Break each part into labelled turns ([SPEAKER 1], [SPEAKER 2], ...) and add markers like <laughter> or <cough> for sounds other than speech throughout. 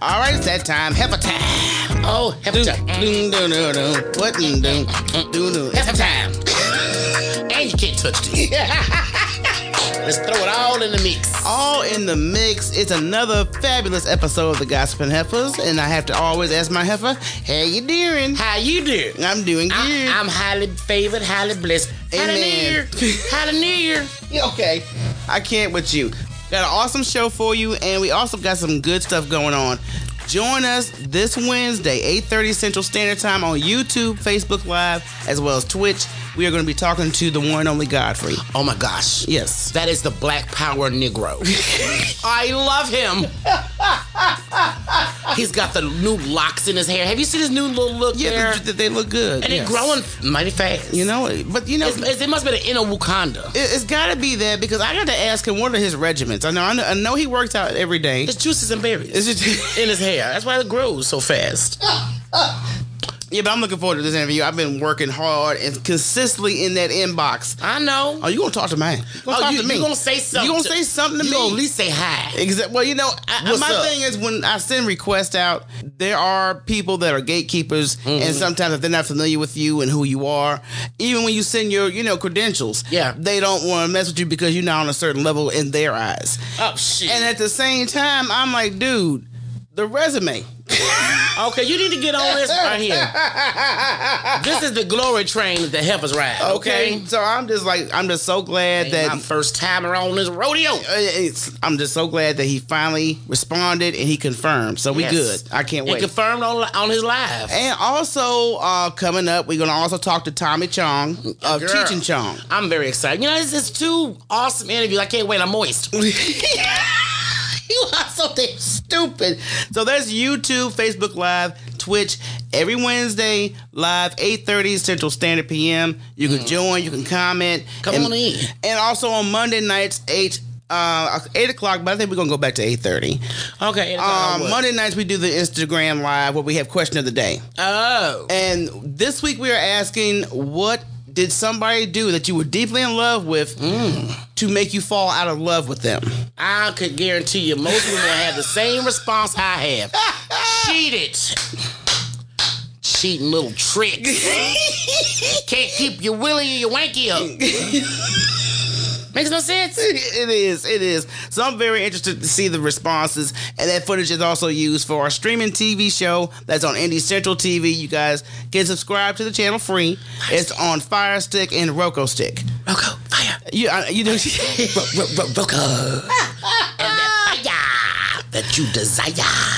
[SPEAKER 1] All right, it's that time. Heifer time. Oh, heifer time. Doo doo doo doo. What doo doo doo doo. Heifer time.
[SPEAKER 2] <laughs> And you can't touch <laughs> this. Let's throw it all in the mix.
[SPEAKER 1] All in the mix. It's another fabulous episode of the Gossiping Heifers, and I have to always ask my heifer, "How you doing?"
[SPEAKER 2] How you do?
[SPEAKER 1] I'm doing
[SPEAKER 2] Ah,
[SPEAKER 1] good.
[SPEAKER 2] I, I'm highly favored, highly blessed.
[SPEAKER 1] Amen.
[SPEAKER 2] <laughs> Hallelujah. Hallelujah.
[SPEAKER 1] Yeah, okay. I can't with you. Got an awesome show for you, and we also got some good stuff going on. Join us this Wednesday, 8:30 Central Standard Time on YouTube, Facebook Live, as well as Twitch. We are going to be talking to the one and only Godfrey.
[SPEAKER 2] Oh my gosh.
[SPEAKER 1] Yes.
[SPEAKER 2] That is the black power <laughs> Negro. I love <laughs> him. He's got the new locks in his hair. Have you seen his new little look there?
[SPEAKER 1] Yeah, they, they look good.
[SPEAKER 2] and
[SPEAKER 1] yes.
[SPEAKER 2] it's growing mighty fast.
[SPEAKER 1] You know, but you know,
[SPEAKER 2] It's- it's- it must have been an inner Wakanda.
[SPEAKER 1] It- It's got to be that because I got to ask him what are his regiments. I know, I know, I know he works out every day.
[SPEAKER 2] It's juices and berries
[SPEAKER 1] It's just-
[SPEAKER 2] <laughs> in his hair. That's why it grows so fast.
[SPEAKER 1] yeah, but I'm looking forward to this interview. I've been working hard and consistently in that inbox.
[SPEAKER 2] I know.
[SPEAKER 1] Oh, you gonna talk to me? You gonna
[SPEAKER 2] Oh,
[SPEAKER 1] talk
[SPEAKER 2] you,
[SPEAKER 1] to me?
[SPEAKER 2] you gonna say something?
[SPEAKER 1] You gonna say something to
[SPEAKER 2] you
[SPEAKER 1] me? Eh.
[SPEAKER 2] gonna at least say hi.
[SPEAKER 1] Exactly. Well, you know, I,
[SPEAKER 2] What's
[SPEAKER 1] my
[SPEAKER 2] up?
[SPEAKER 1] thing is when I send requests out, there are people that are gatekeepers,
[SPEAKER 2] Mm-hmm.
[SPEAKER 1] and sometimes if they're not familiar with you and who you are, even when you send your, you know, credentials,
[SPEAKER 2] Yeah.
[SPEAKER 1] they don't want to mess with you because you're not on a certain level in their eyes.
[SPEAKER 2] Oh shit.
[SPEAKER 1] And at the same time, I'm like, dude, the resume.
[SPEAKER 2] okay, you need to get on this right here.
[SPEAKER 1] <laughs>
[SPEAKER 2] this is the glory train that the heifers ride. Okay.
[SPEAKER 1] Okay. So I'm just like, I'm just so glad
[SPEAKER 2] That my
[SPEAKER 1] that. uh,
[SPEAKER 2] first time around this rodeo.
[SPEAKER 1] It's, I'm just so glad that he finally responded and he confirmed. So we
[SPEAKER 2] Yes.
[SPEAKER 1] good. I can't
[SPEAKER 2] And
[SPEAKER 1] wait.
[SPEAKER 2] confirmed on on his live.
[SPEAKER 1] And also uh, coming up, we're gonna also talk to Tommy Chong of
[SPEAKER 2] Girl,
[SPEAKER 1] Cheech and Chong. <laughs>
[SPEAKER 2] I'm very excited. You know, it's, it's two awesome interviews. I can't wait. I'm moist.
[SPEAKER 1] <laughs> you are so damn stupid. So there's YouTube, Facebook Live, Twitch every Wednesday live 8:30 Central Standard PM. You can join, you can comment.
[SPEAKER 2] Hmm. Come
[SPEAKER 1] and,
[SPEAKER 2] on in.
[SPEAKER 1] And also on Monday nights eight uh, eight o'clock, but I think we're gonna go back to eight thirty.
[SPEAKER 2] Okay. and, uh,
[SPEAKER 1] Um,
[SPEAKER 2] what?
[SPEAKER 1] Monday nights we do the Instagram live where we have question of the day.
[SPEAKER 2] Oh.
[SPEAKER 1] And this week we are asking what did somebody do that you were deeply in love with to make you fall out of love with them?
[SPEAKER 2] I could guarantee you most women will have the same response I <laughs> have. Cheated. Cheating little <laughs> tricks. Can't keep your willy and your wanky <laughs> up. Makes no sense.
[SPEAKER 1] It is, it is. So I'm very interested to see the responses. And that footage is also used for our streaming TV show that's on Indie Central TV. You guys can subscribe to the channel free. It's on Fire Stick and Roku Stick.
[SPEAKER 2] Rocco, fire.
[SPEAKER 1] You, I, you know, <laughs>
[SPEAKER 2] Ro- ro- ro- Rocco. and that fire that you desire.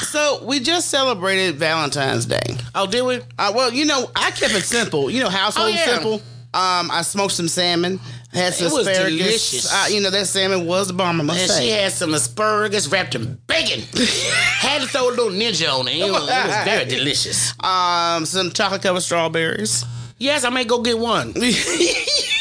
[SPEAKER 1] so we just celebrated Valentine's Day.
[SPEAKER 2] Oh, did we?
[SPEAKER 1] Uh, well, you know, I kept it simple. You know, household
[SPEAKER 2] Oh, yeah.
[SPEAKER 1] simple. Um, I smoked some salmon, had some
[SPEAKER 2] It was
[SPEAKER 1] asparagus.
[SPEAKER 2] delicious.
[SPEAKER 1] Uh, you know, that salmon was the bomb. I must
[SPEAKER 2] And
[SPEAKER 1] say.
[SPEAKER 2] she had some asparagus wrapped in <laughs> bacon. had to throw a little ninja on it. It was, it was very <laughs> delicious.
[SPEAKER 1] um, some chocolate covered
[SPEAKER 2] <laughs>
[SPEAKER 1] strawberries.
[SPEAKER 2] Yes, I may go get one.
[SPEAKER 1] and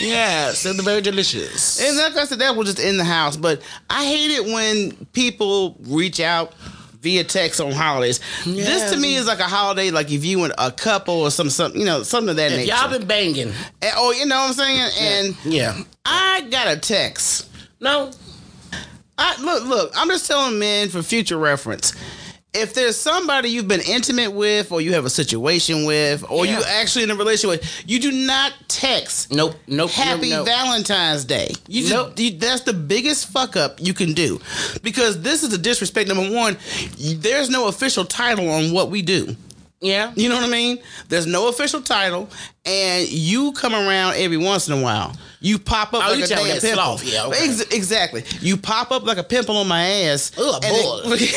[SPEAKER 2] Yes, it's very delicious.
[SPEAKER 1] like I said, that was just in the house. But I hate it when people reach out via text on holidays. This to me is like a holiday, like if you and a couple or some, some you know, something of that nature.
[SPEAKER 2] Y'all been banging.
[SPEAKER 1] And- oh, you know what I'm saying? And
[SPEAKER 2] Yeah.
[SPEAKER 1] I got a text.
[SPEAKER 2] No.
[SPEAKER 1] I, look, look. I'm just telling men for future reference. If there's somebody you've been intimate with, or you have a situation with, or you
[SPEAKER 2] Yeah.
[SPEAKER 1] actually in a relationship with, you do not text
[SPEAKER 2] Nope. Nope.
[SPEAKER 1] "Happy
[SPEAKER 2] nope, nope.
[SPEAKER 1] Valentine's Day." You just,
[SPEAKER 2] Nope.
[SPEAKER 1] you- that's the biggest fuck up you can do, because this is a disrespect. Number one, you- there's no official title on what we do.
[SPEAKER 2] Yeah.
[SPEAKER 1] You know what I mean? There's no official title, and you come around every once in a while. You pop up
[SPEAKER 2] Oh,
[SPEAKER 1] like
[SPEAKER 2] you
[SPEAKER 1] a
[SPEAKER 2] tell me
[SPEAKER 1] damn
[SPEAKER 2] that
[SPEAKER 1] pimple.
[SPEAKER 2] sloth. Yeah, okay.
[SPEAKER 1] Ex- exactly. You pop up like a pimple on my ass.
[SPEAKER 2] Ooh,
[SPEAKER 1] <laughs>
[SPEAKER 2] a
[SPEAKER 1] and it-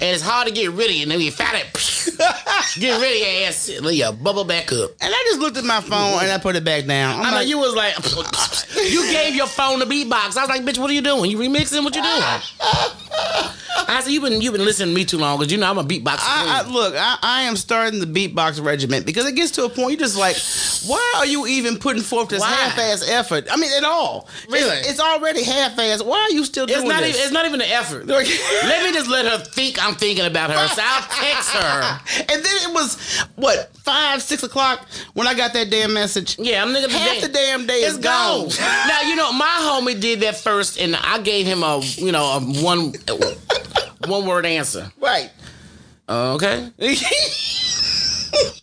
[SPEAKER 2] And it's hard to get rid of you. And then you find it. <laughs> get rid of your ass. Let your bubble back up.
[SPEAKER 1] and I just looked at my phone and I put it back down. I'm
[SPEAKER 2] I know
[SPEAKER 1] like,
[SPEAKER 2] you was like, <laughs> you gave your phone to beatbox. I was like, bitch, what are you doing? You remixing? What
[SPEAKER 1] <laughs>
[SPEAKER 2] you doing? I said, you been you been listening to me too long because you know I'm a beatboxer.
[SPEAKER 1] I, I, look, I, I am starting the beatbox regiment because it gets to a point you're just like, why are you even putting forth this
[SPEAKER 2] Why?
[SPEAKER 1] half-ass effort? I mean, at all.
[SPEAKER 2] Really?
[SPEAKER 1] It's, it's already half-ass. Why are you still doing
[SPEAKER 2] it's not
[SPEAKER 1] this?
[SPEAKER 2] even it's not even an
[SPEAKER 1] <laughs>
[SPEAKER 2] effort.
[SPEAKER 1] Like-
[SPEAKER 2] let me just let her think I'm thinking about her. So I'll
[SPEAKER 1] <laughs>
[SPEAKER 2] text her.
[SPEAKER 1] And then it was what five, six o'clock when I got that damn message.
[SPEAKER 2] Yeah, I'm nigga.
[SPEAKER 1] Half the damn day
[SPEAKER 2] It's
[SPEAKER 1] is
[SPEAKER 2] gone.
[SPEAKER 1] gone.
[SPEAKER 2] <laughs> now you know my homie did that first, and I gave him a you know a <laughs> one one word answer.
[SPEAKER 1] <laughs> Right. <laughs>
[SPEAKER 2] Okay.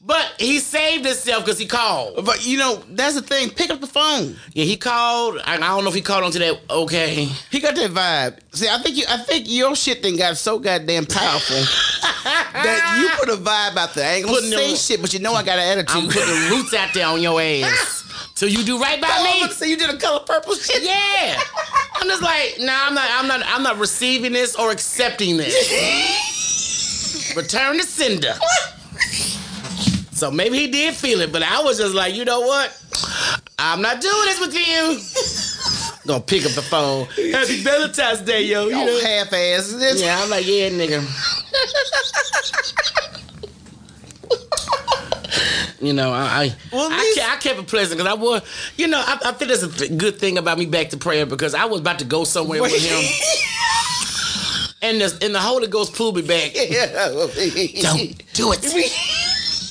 [SPEAKER 2] But he saved himself because he called.
[SPEAKER 1] but you know, that's the thing. Pick up the phone.
[SPEAKER 2] Yeah, he called. I, I don't know if he called onto that. Okay.
[SPEAKER 1] He got that vibe. See, I think you, I think your shit thing got so goddamn
[SPEAKER 2] <laughs>
[SPEAKER 1] powerful that you put a vibe out there. I ain't gonna
[SPEAKER 2] Putting
[SPEAKER 1] say
[SPEAKER 2] them-
[SPEAKER 1] shit, but you know I got an attitude. <laughs>
[SPEAKER 2] I'm putting roots out there on your ass till you do right
[SPEAKER 1] Oh,
[SPEAKER 2] by
[SPEAKER 1] I'm
[SPEAKER 2] me.
[SPEAKER 1] gonna say you did a color purple shit.
[SPEAKER 2] Yeah. I'm just like, nah, I'm not, I'm not, I'm not receiving this or accepting this. Return to sender. So maybe he did feel it, but I was just like, you know what? I'm not doing this with you. Gonna pick up the phone. Happy Valentine's Day, yo. You know?
[SPEAKER 1] Oh, half ass. This
[SPEAKER 2] Yeah, I'm like, yeah, nigga. you know, I I,
[SPEAKER 1] Well, at
[SPEAKER 2] I,
[SPEAKER 1] least-
[SPEAKER 2] kept, I kept it pleasant because I was, you know, I, I think that's a th- good thing about me back to prayer because I was about to go somewhere
[SPEAKER 1] <laughs>
[SPEAKER 2] with him, and the and the Holy Ghost pulled me back. Don't
[SPEAKER 1] <laughs>
[SPEAKER 2] do it.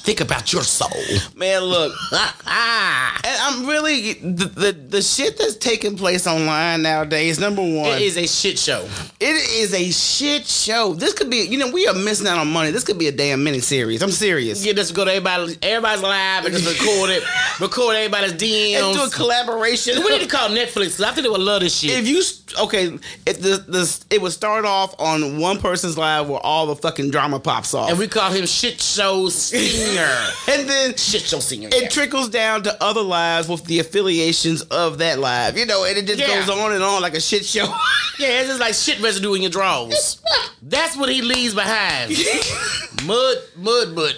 [SPEAKER 2] Think about your soul.
[SPEAKER 1] Man, look,
[SPEAKER 2] Ah,
[SPEAKER 1] and I'm really the, the the shit that's taking place online nowadays. Number one,
[SPEAKER 2] it is a shit show.
[SPEAKER 1] It is a shit show. This could be, you know, we are missing out on money. This could be a damn mini series. I'm serious.
[SPEAKER 2] Yeah, just go to everybody. Everybody's live and just
[SPEAKER 1] <laughs>
[SPEAKER 2] record it. record everybody's
[SPEAKER 1] Let's do a
[SPEAKER 2] DMs.
[SPEAKER 1] collaboration. <laughs>
[SPEAKER 2] we need to call Netflix. 'cause I think they would love this shit.
[SPEAKER 1] if you okay, if the, the it would start off on one person's live where all the fucking drama pops off,
[SPEAKER 2] And
[SPEAKER 1] <laughs> and,
[SPEAKER 2] we call him Shit Show <laughs> Senior.
[SPEAKER 1] then
[SPEAKER 2] Shit Show Senior.
[SPEAKER 1] it
[SPEAKER 2] yeah.
[SPEAKER 1] trickles down to other lives with the affiliations of that live, you know, and it just
[SPEAKER 2] Yeah.
[SPEAKER 1] goes on and on like a shit show. <laughs>
[SPEAKER 2] yeah, it's just like shit residue in your drawers. <laughs> That's what he leaves behind. <laughs> mud, mud, <laughs> mud.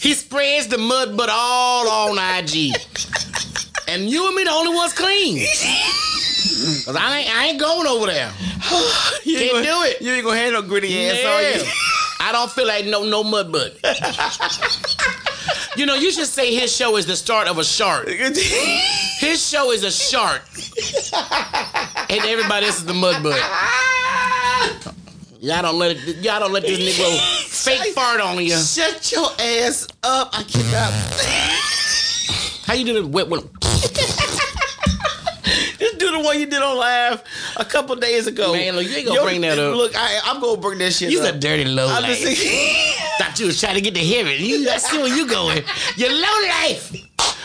[SPEAKER 2] he spreads the mud, but all on IG. And you and me the only ones <laughs> clean. Cause I ain't, I ain't going over there.
[SPEAKER 1] you ain't
[SPEAKER 2] Can't
[SPEAKER 1] gonna-
[SPEAKER 2] do it.
[SPEAKER 1] You ain't gonna have no gritty ass
[SPEAKER 2] Yeah.
[SPEAKER 1] on you.
[SPEAKER 2] I don't feel like no no mud <laughs> butt. you know, you should say his show is the start of a shark. His show is a shark, and everybody else is the mud butt.
[SPEAKER 1] Ah!
[SPEAKER 2] Y'all don't let it, y'all don't let this nigga fake fart on you.
[SPEAKER 1] Shut your ass up! I cannot. <laughs>
[SPEAKER 2] How you doing? Wet one.
[SPEAKER 1] Just do the one you did on live a couple days ago.
[SPEAKER 2] Man, look, you ain't gonna bring that up.
[SPEAKER 1] Look, I, I'm gonna bring that shit
[SPEAKER 2] You's
[SPEAKER 1] up.
[SPEAKER 2] a dirty low
[SPEAKER 1] I'm
[SPEAKER 2] life.
[SPEAKER 1] just
[SPEAKER 2] <laughs>
[SPEAKER 1] saying.
[SPEAKER 2] Thought you was trying to get to heaven. You, I see where you going. You low life.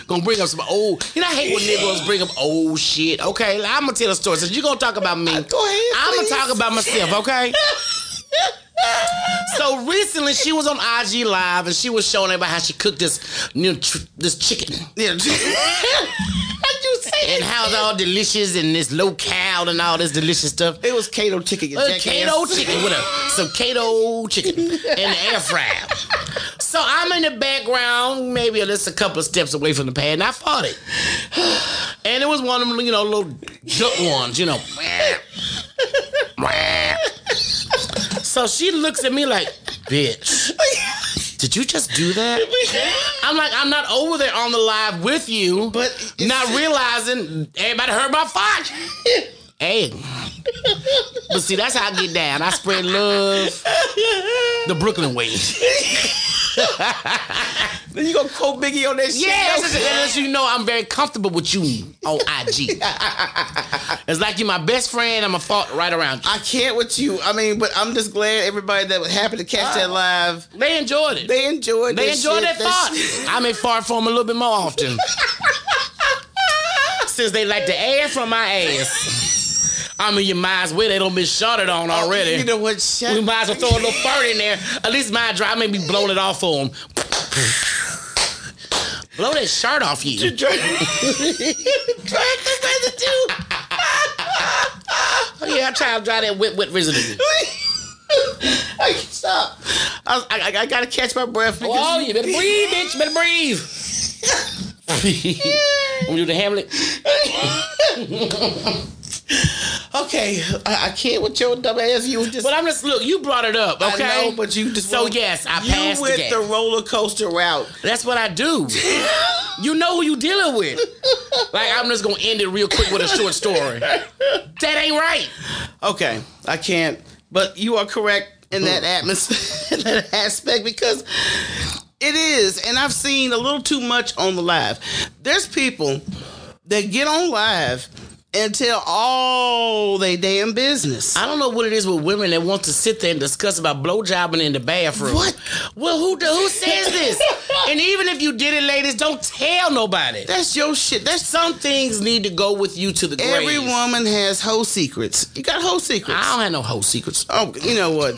[SPEAKER 2] Gonna bring up some old. You know, I hate when niggas bring up old shit. Okay, like, I'm gonna tell a story. Since you gonna talk about me,
[SPEAKER 1] Go ahead.
[SPEAKER 2] I'm
[SPEAKER 1] please.
[SPEAKER 2] gonna talk about myself, okay? so recently, she was on IG Live and she was showing everybody how she cooked this new tr- this chicken
[SPEAKER 1] Yeah. <laughs> How'd you say
[SPEAKER 2] and
[SPEAKER 1] it?
[SPEAKER 2] how it's all delicious and this low cal and all this delicious stuff.
[SPEAKER 1] It was Kato chicken. You
[SPEAKER 2] A
[SPEAKER 1] jackass.
[SPEAKER 2] Uh, Kato chicken with a some Kato chicken and the air fryer. So I'm in the background, maybe just a couple of steps away from the pad, and I fought it. And it was one of them, you know, little junk ones, you know. So she looks at me like, bitch, did you just do that? I'm like, I'm not over there on the live with you,
[SPEAKER 1] But it's-
[SPEAKER 2] not realizing everybody heard my
[SPEAKER 1] <laughs>
[SPEAKER 2] fart. hey. But see, that's how I get down. I spread love the Brooklyn
[SPEAKER 1] <laughs>
[SPEAKER 2] way.
[SPEAKER 1] Then <laughs> you gonna quote Biggie on that shit?
[SPEAKER 2] Yeah,
[SPEAKER 1] No.
[SPEAKER 2] that's just- that lets you know I'm very comfortable with you on IG.
[SPEAKER 1] <laughs>
[SPEAKER 2] it's like you're my best friend. I'm a fault right around you.
[SPEAKER 1] I can't with you. I mean, but I'm just glad everybody that happened to catch that live,
[SPEAKER 2] They enjoyed it. Oh. They,
[SPEAKER 1] they enjoyed. that
[SPEAKER 2] enjoyed
[SPEAKER 1] shit.
[SPEAKER 2] that fart. I may fart for them a little bit
[SPEAKER 1] <laughs>
[SPEAKER 2] more often. Since they like the air from my ass. I mean, you might as well. They don't been shotted on <laughs> already.
[SPEAKER 1] You know what? Shut.
[SPEAKER 2] We might as well throw a little fur in there. At least mine dry. I may be blowing it off for him. Blow that shirt off you. Oh, yeah, I try to dry that wet, wet
[SPEAKER 1] <laughs>
[SPEAKER 2] residue.
[SPEAKER 1] I can't stop. I, I, I gotta catch my breath. Because
[SPEAKER 2] Oh, you better breathe, bitch. Better breathe.
[SPEAKER 1] <laughs>
[SPEAKER 2] <laughs> When you do the Hamlet,
[SPEAKER 1] Okay, I, I can't with your dumb ass. You just
[SPEAKER 2] but I'm just look. You brought it up,
[SPEAKER 1] I
[SPEAKER 2] okay?
[SPEAKER 1] know, but you just
[SPEAKER 2] so
[SPEAKER 1] won't-
[SPEAKER 2] yes, I
[SPEAKER 1] you
[SPEAKER 2] passed the
[SPEAKER 1] went
[SPEAKER 2] gap.
[SPEAKER 1] the roller coaster route.
[SPEAKER 2] That's what I do. you know who you dealing with. Like I'm just gonna end it real quick with a short story. That ain't right.
[SPEAKER 1] Okay, I can't. But you are correct in that atmosphere, <laughs> in that aspect, because it is. And I've seen a little too much on the live. There's people that get on live and tell all they damn business.
[SPEAKER 2] I don't know what it is with women that want to sit there and discuss about blowjobbing in the bathroom.
[SPEAKER 1] What?
[SPEAKER 2] Well, who do, who says this? and even if you did it, ladies, don't tell nobody.
[SPEAKER 1] That's your shit. That's
[SPEAKER 2] Some things need to go with you to the grave.
[SPEAKER 1] every woman has hoe secrets. You got hoe secrets.
[SPEAKER 2] I don't have no whole secrets.
[SPEAKER 1] Oh, you know
[SPEAKER 2] <laughs>
[SPEAKER 1] what?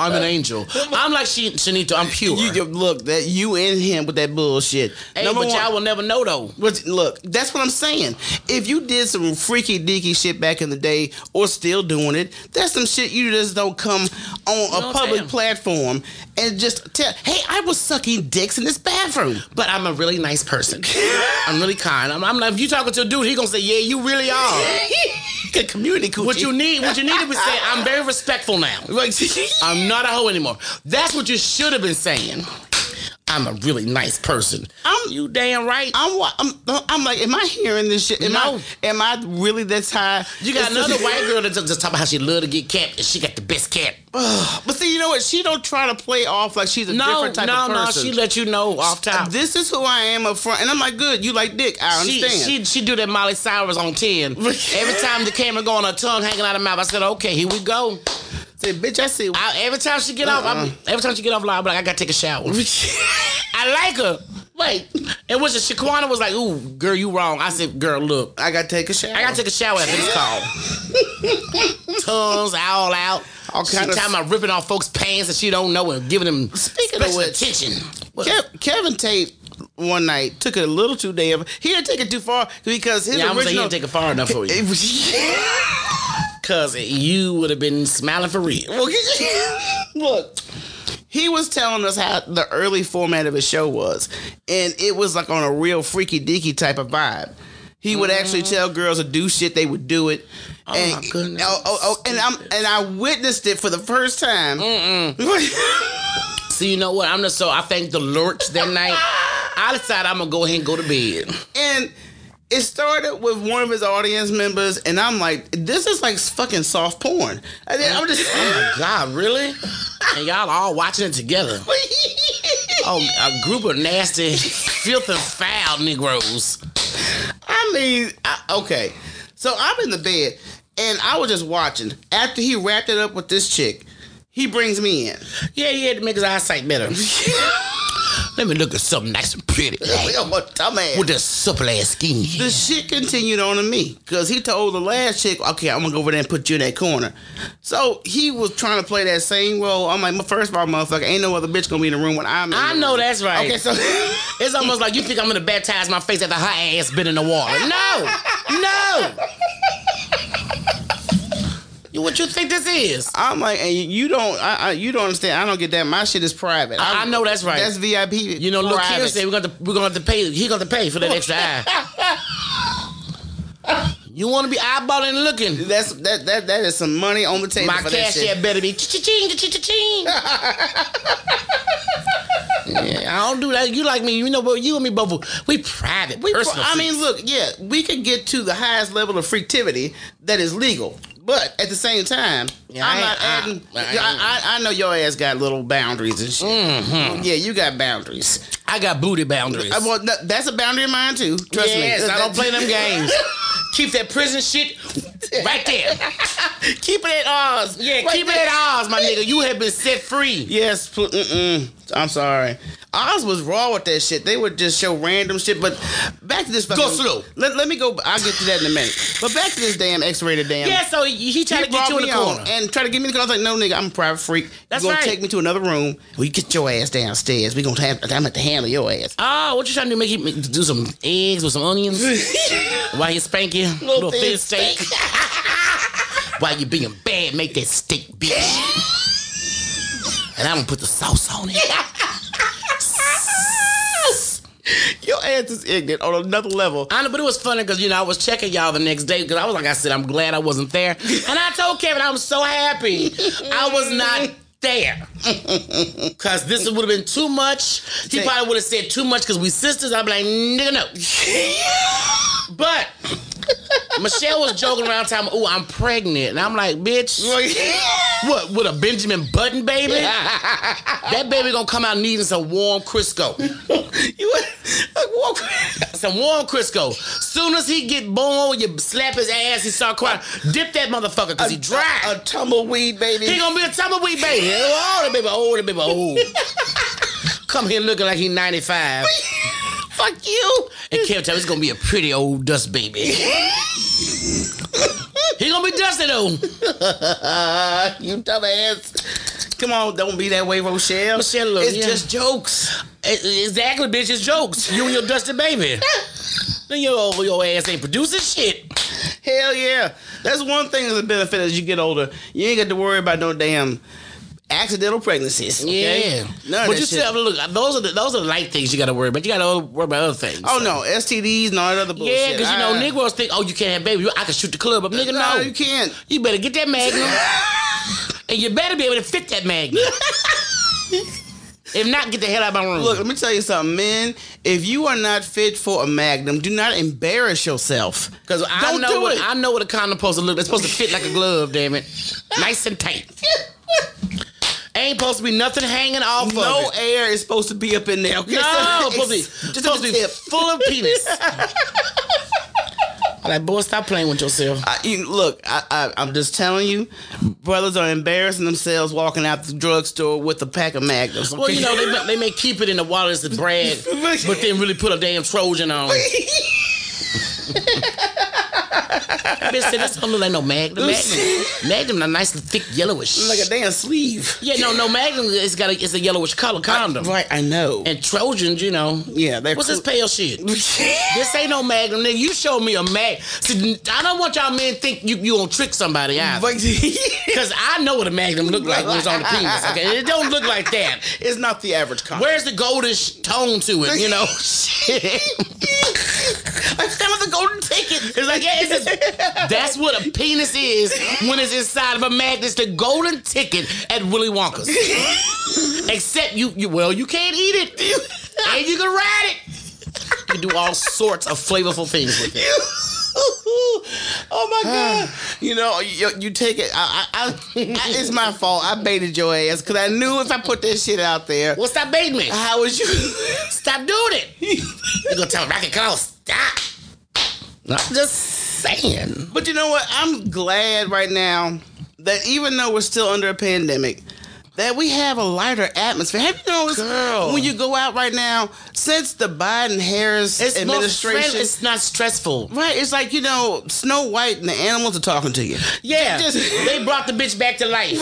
[SPEAKER 2] I'm an <laughs> angel. I'm like she, Shanita. I'm pure.
[SPEAKER 1] You you- look that you and him with that bullshit.
[SPEAKER 2] hey,
[SPEAKER 1] Number
[SPEAKER 2] but
[SPEAKER 1] one-
[SPEAKER 2] y'all will never know though.
[SPEAKER 1] But look, that's what I'm saying. If you did some freaky deaky shit back in the day, or still doing it, that's some shit you just don't come on a
[SPEAKER 2] don't
[SPEAKER 1] public
[SPEAKER 2] tell.
[SPEAKER 1] platform and just tell. Hey, I was sucking dicks in this bathroom.
[SPEAKER 2] But I'm a really nice <laughs> person. I'm really kind. I'm, I'm like, if you talking to a dude, he gonna say, "Yeah, you really are."
[SPEAKER 1] Oh,
[SPEAKER 2] <laughs>
[SPEAKER 1] Good community coochie.
[SPEAKER 2] What you need, what you need to be saying, I'm <laughs> very respectful now.
[SPEAKER 1] Like,
[SPEAKER 2] <laughs> I'm not a hoe anymore. That's what you should have been saying. I'm a really nice person.
[SPEAKER 1] I'm-
[SPEAKER 2] you damn right.
[SPEAKER 1] I'm, wa- I'm I'm like, am I hearing this shit? Am
[SPEAKER 2] No.
[SPEAKER 1] I am I really this high?
[SPEAKER 2] you got
[SPEAKER 1] It's just-
[SPEAKER 2] another white girl that just, just talk about how she love to get capped and she got the best cap.
[SPEAKER 1] <sighs> But see, you know what? She don't try to play off like she's a
[SPEAKER 2] No,
[SPEAKER 1] different type
[SPEAKER 2] no,
[SPEAKER 1] of
[SPEAKER 2] no.
[SPEAKER 1] person.
[SPEAKER 2] She let you know off top.
[SPEAKER 1] this is who I am up front, and I'm like, good. You like dick? I
[SPEAKER 2] she,
[SPEAKER 1] understand.
[SPEAKER 2] she she do that Molly Cyrus on <laughs> ten. every time the camera go on her tongue hanging out her mouth, I said, okay, here we go.
[SPEAKER 1] said, bitch, I see.
[SPEAKER 2] I, every time she get off,
[SPEAKER 1] Uh-uh.
[SPEAKER 2] I'm, every time she get off, live, I'm like, I gotta take a shower. I like her. Wait, and was it Shaquana was like, "Ooh, girl, you wrong." I said, "Girl, look,
[SPEAKER 1] <laughs> I gotta take a shower.
[SPEAKER 2] I gotta take a shower after this call. Tongues all out.
[SPEAKER 1] All
[SPEAKER 2] she
[SPEAKER 1] kind of-
[SPEAKER 2] talking about ripping off folks' pants that she don't know and giving them
[SPEAKER 1] Speaking
[SPEAKER 2] special
[SPEAKER 1] of which-
[SPEAKER 2] attention.
[SPEAKER 1] Kev- Kevin Tate one night took it a little too damn. He didn't take it too far because his
[SPEAKER 2] yeah, I'm gonna say he
[SPEAKER 1] original. <laughs>
[SPEAKER 2] didn't take it far enough for you, cause you would have been smiling for real.
[SPEAKER 1] Look, he was telling us how the early format of his show was, and it was like on a real freaky deaky type of vibe. He would actually tell girls to do shit, they would do it. Oh and,
[SPEAKER 2] Mm. my goodness.
[SPEAKER 1] Oh, oh, oh, and I'm and I witnessed it for the first time. <laughs>
[SPEAKER 2] So you know what? I'm just so I thank the lurch that night. I decided I'm gonna go ahead and go to bed.
[SPEAKER 1] And it started with one of his audience members, and I'm like, this is like fucking soft porn. And then I'm just. <laughs>
[SPEAKER 2] Oh my God, really? And y'all all watching it together. Oh, a group of nasty, <laughs> filth and foul Negroes.
[SPEAKER 1] I mean, I, okay. So I'm in the bed, and I was just watching. After he wrapped it up with this chick, he brings me
[SPEAKER 2] <laughs>
[SPEAKER 1] in.
[SPEAKER 2] Yeah, he had to make his eyesight better. Let me look at something nice and pretty
[SPEAKER 1] I'm a dumbass.
[SPEAKER 2] with a supple ass skin.
[SPEAKER 1] the shit continued on to me because he told the last chick, "Okay, I'm gonna go over there and put you in that corner." So he was trying to play that same role. I'm like, first of all, motherfucker, ain't no other bitch gonna be in the room when I'm. In
[SPEAKER 2] I
[SPEAKER 1] the
[SPEAKER 2] know
[SPEAKER 1] room.
[SPEAKER 2] that's right.
[SPEAKER 1] Okay, so
[SPEAKER 2] <laughs> It's almost like you think I'm gonna baptize my face after her ass been in the water. No, no. You- What you think this is?
[SPEAKER 1] I'm like, and you don't, I, I, you don't understand. I don't get that. My shit is private.
[SPEAKER 2] I- I know that's right.
[SPEAKER 1] That's VIP.
[SPEAKER 2] You know, look
[SPEAKER 1] private.
[SPEAKER 2] Kim said we're gonna have to, we're gonna have to pay. He gonna have to pay
[SPEAKER 1] <laughs>
[SPEAKER 2] for that extra eye. you want to be eyeballing and looking?
[SPEAKER 1] That's that that that is some money on the table.
[SPEAKER 2] My
[SPEAKER 1] for that
[SPEAKER 2] cash
[SPEAKER 1] shit.
[SPEAKER 2] app better be ching
[SPEAKER 1] <laughs>
[SPEAKER 2] ching ching. Yeah, I don't do that. You like me, you know, but you and me both, we private, we
[SPEAKER 1] We-
[SPEAKER 2] personal.
[SPEAKER 1] I mean, look, yeah, we could get to the highest level of freaktivity that is legal, but at the same time,
[SPEAKER 2] Yeah, I
[SPEAKER 1] I'm
[SPEAKER 2] ain't-
[SPEAKER 1] not
[SPEAKER 2] I-
[SPEAKER 1] adding.
[SPEAKER 2] I
[SPEAKER 1] I,
[SPEAKER 2] ain't-
[SPEAKER 1] I, I know your ass got little boundaries and shit.
[SPEAKER 2] Mm-hmm.
[SPEAKER 1] Yeah, you got boundaries.
[SPEAKER 2] I got booty boundaries.
[SPEAKER 1] Uh, well, th- that's a boundary of mine too. Trust
[SPEAKER 2] yes,
[SPEAKER 1] me.
[SPEAKER 2] I don't
[SPEAKER 1] <laughs>
[SPEAKER 2] play them games. Keep that prison shit right there.
[SPEAKER 1] keep it at odds.
[SPEAKER 2] Yeah, keep it at odds, my nigga. You have been set free.
[SPEAKER 1] Yes, pl- mm-mm. I'm sorry. Oz was raw with that shit. They would just show random shit. But back to this fucking.
[SPEAKER 2] Go slow.
[SPEAKER 1] Let, let me go. I'll get to that in a minute. But back to this damn X-rated damn.
[SPEAKER 2] Yeah, so he, he tried
[SPEAKER 1] He
[SPEAKER 2] to get
[SPEAKER 1] brought
[SPEAKER 2] you in
[SPEAKER 1] me
[SPEAKER 2] the
[SPEAKER 1] on
[SPEAKER 2] corner.
[SPEAKER 1] and try to get me in the corner. I was like, no, nigga, I'm a private freak.
[SPEAKER 2] That's
[SPEAKER 1] you gonna
[SPEAKER 2] right.
[SPEAKER 1] take me to another room. Well, you get your ass downstairs. We gonna have. I'm gonna have to handle your ass. <laughs>
[SPEAKER 2] Oh, what you trying to do? Make him do some eggs with some onions while you spank you? Little,
[SPEAKER 1] thin
[SPEAKER 2] thin steak. <laughs> while you being bad, make that steak, bitch. and I'm gonna put the sauce on it.
[SPEAKER 1] Your ass is ignorant on another
[SPEAKER 2] <laughs>
[SPEAKER 1] level. <laughs>
[SPEAKER 2] I know, but it was funny because you know I was checking y'all the next day because I was like I said I'm glad I wasn't there, and I told Kevin I'm so happy I was not there because this would have been too much. He
[SPEAKER 1] Say-
[SPEAKER 2] probably would have said too much because we sisters. I'd be like nigga no, but Michelle was joking around time. Oh, I'm pregnant, and I'm like bitch. What with a Benjamin Button baby? that baby gonna come out needing some warm Crisco.
[SPEAKER 1] you like walk.
[SPEAKER 2] some warm Crisco. Soon as he get born, you slap his ass, he start crying. Dip that motherfucker, cause he dry.
[SPEAKER 3] A tumbleweed baby.
[SPEAKER 2] He gonna be a tumbleweed baby. Oh, the baby old, the baby old. <laughs> Come here looking like he 95. Fuck you. And Kev Tubb is gonna be a pretty old dust baby.
[SPEAKER 1] <laughs>
[SPEAKER 2] he gonna be dusty though.
[SPEAKER 3] you dumbass.
[SPEAKER 1] Ah, Come on, don't be that way,
[SPEAKER 2] <laughs>
[SPEAKER 1] Rochelle.
[SPEAKER 2] Rochelle, look,
[SPEAKER 1] it's
[SPEAKER 2] yeah.
[SPEAKER 1] just jokes.
[SPEAKER 2] E- Exactly, bitch. It's jokes. You and your dusty baby. Then your, your ass ain't producing shit.
[SPEAKER 1] Hell yeah. That's one thing that's a benefit as you get older. You ain't got to worry about no damn accidental pregnancies. okay?
[SPEAKER 2] Yeah.
[SPEAKER 1] None of that
[SPEAKER 2] but you
[SPEAKER 1] shit.
[SPEAKER 2] still look. Those are the, those are the light things you gotta worry about. You gotta worry about other things.
[SPEAKER 1] Oh no, STDs and all that other bullshit.
[SPEAKER 2] Yeah, because you know,
[SPEAKER 1] I-
[SPEAKER 2] Negroes think, oh, you can't have baby. I can shoot the club up. Nigga,
[SPEAKER 1] No,
[SPEAKER 2] no.
[SPEAKER 1] you can't.
[SPEAKER 2] You better get that <laughs> magnum. and you better be able to fit that magnum. if not, get the hell out of my room.
[SPEAKER 1] Look, let me tell you something, men. If you are not fit for a magnum, do not embarrass yourself.
[SPEAKER 2] Cause I
[SPEAKER 1] don't
[SPEAKER 2] know
[SPEAKER 1] do
[SPEAKER 2] what
[SPEAKER 1] it.
[SPEAKER 2] I know what a condom supposed to look. It's supposed to fit like a glove, damn it. Nice and tight. Ain't supposed to be nothing hanging off
[SPEAKER 1] No
[SPEAKER 2] of it.
[SPEAKER 1] air is supposed to be up in there. Okay? <laughs>
[SPEAKER 2] No,
[SPEAKER 1] It's
[SPEAKER 2] supposed to be,
[SPEAKER 1] just
[SPEAKER 2] supposed
[SPEAKER 1] the
[SPEAKER 2] <laughs> to be
[SPEAKER 1] tip.
[SPEAKER 2] full of penis. <laughs> I'm like, boy, stop playing with yourself.
[SPEAKER 1] I, you, look, I, I, I'm just telling you, brothers are embarrassing themselves walking out the drugstore with a pack of magnums.
[SPEAKER 2] Well,
[SPEAKER 1] okay? <laughs>
[SPEAKER 2] you know, they, may- they may keep it in the wallet as a brand, <laughs> but then really put a damn
[SPEAKER 1] <laughs>
[SPEAKER 2] Trojan on. Bitch said, that's gonna look like no Magnum. Magnum, Magnum, a nice thick yellowish.
[SPEAKER 1] like a damn sleeve.
[SPEAKER 2] yeah, no, no Magnum. It's got a, it's a yellowish color condom.
[SPEAKER 1] Right, I know.
[SPEAKER 2] And Trojans, you know.
[SPEAKER 1] yeah, they're
[SPEAKER 2] What's this
[SPEAKER 1] cool. <laughs>
[SPEAKER 2] pale shit? this ain't no Magnum, nigga. You show me a mag. See, I don't want y'all men think you you gonna trick somebody out.
[SPEAKER 1] But- <laughs> it's
[SPEAKER 2] Cause I know what a Magnum look like when it's on the penis. Okay, it don't look like that.
[SPEAKER 1] not the average con.
[SPEAKER 2] Where's the goldish tone to it? You <laughs> know, shit.
[SPEAKER 1] I <laughs> found the golden ticket.
[SPEAKER 2] It's like yeah, it's just, that's what a penis is when it's inside of a magnet. It's the golden ticket at Willy Wonka's. Except you, you well, you can't eat it, and you can ride it. You can do all sorts of flavorful things with it.
[SPEAKER 1] oh my god! <laughs> You know, you, you take it. I, I, I, it's my fault. I baited your ass because I knew if I put that shit out there,
[SPEAKER 2] Well, stop baiting me.
[SPEAKER 1] how was you? <laughs>
[SPEAKER 2] Stop doing it. You're gonna tell Rocket Carl stop. I'm just saying.
[SPEAKER 1] But you know what? I'm glad right now that even though we're still under a pandemic, that we have a lighter atmosphere. Have you noticed
[SPEAKER 2] Girl.
[SPEAKER 1] when you go out right now, since the Biden Harris
[SPEAKER 2] It's administration.
[SPEAKER 1] administration?
[SPEAKER 2] It's not stressful.
[SPEAKER 1] right, it's like, you know, Snow White and the animals are talking to you. <laughs>
[SPEAKER 2] Yeah,
[SPEAKER 1] Just-
[SPEAKER 2] they brought the bitch back to life.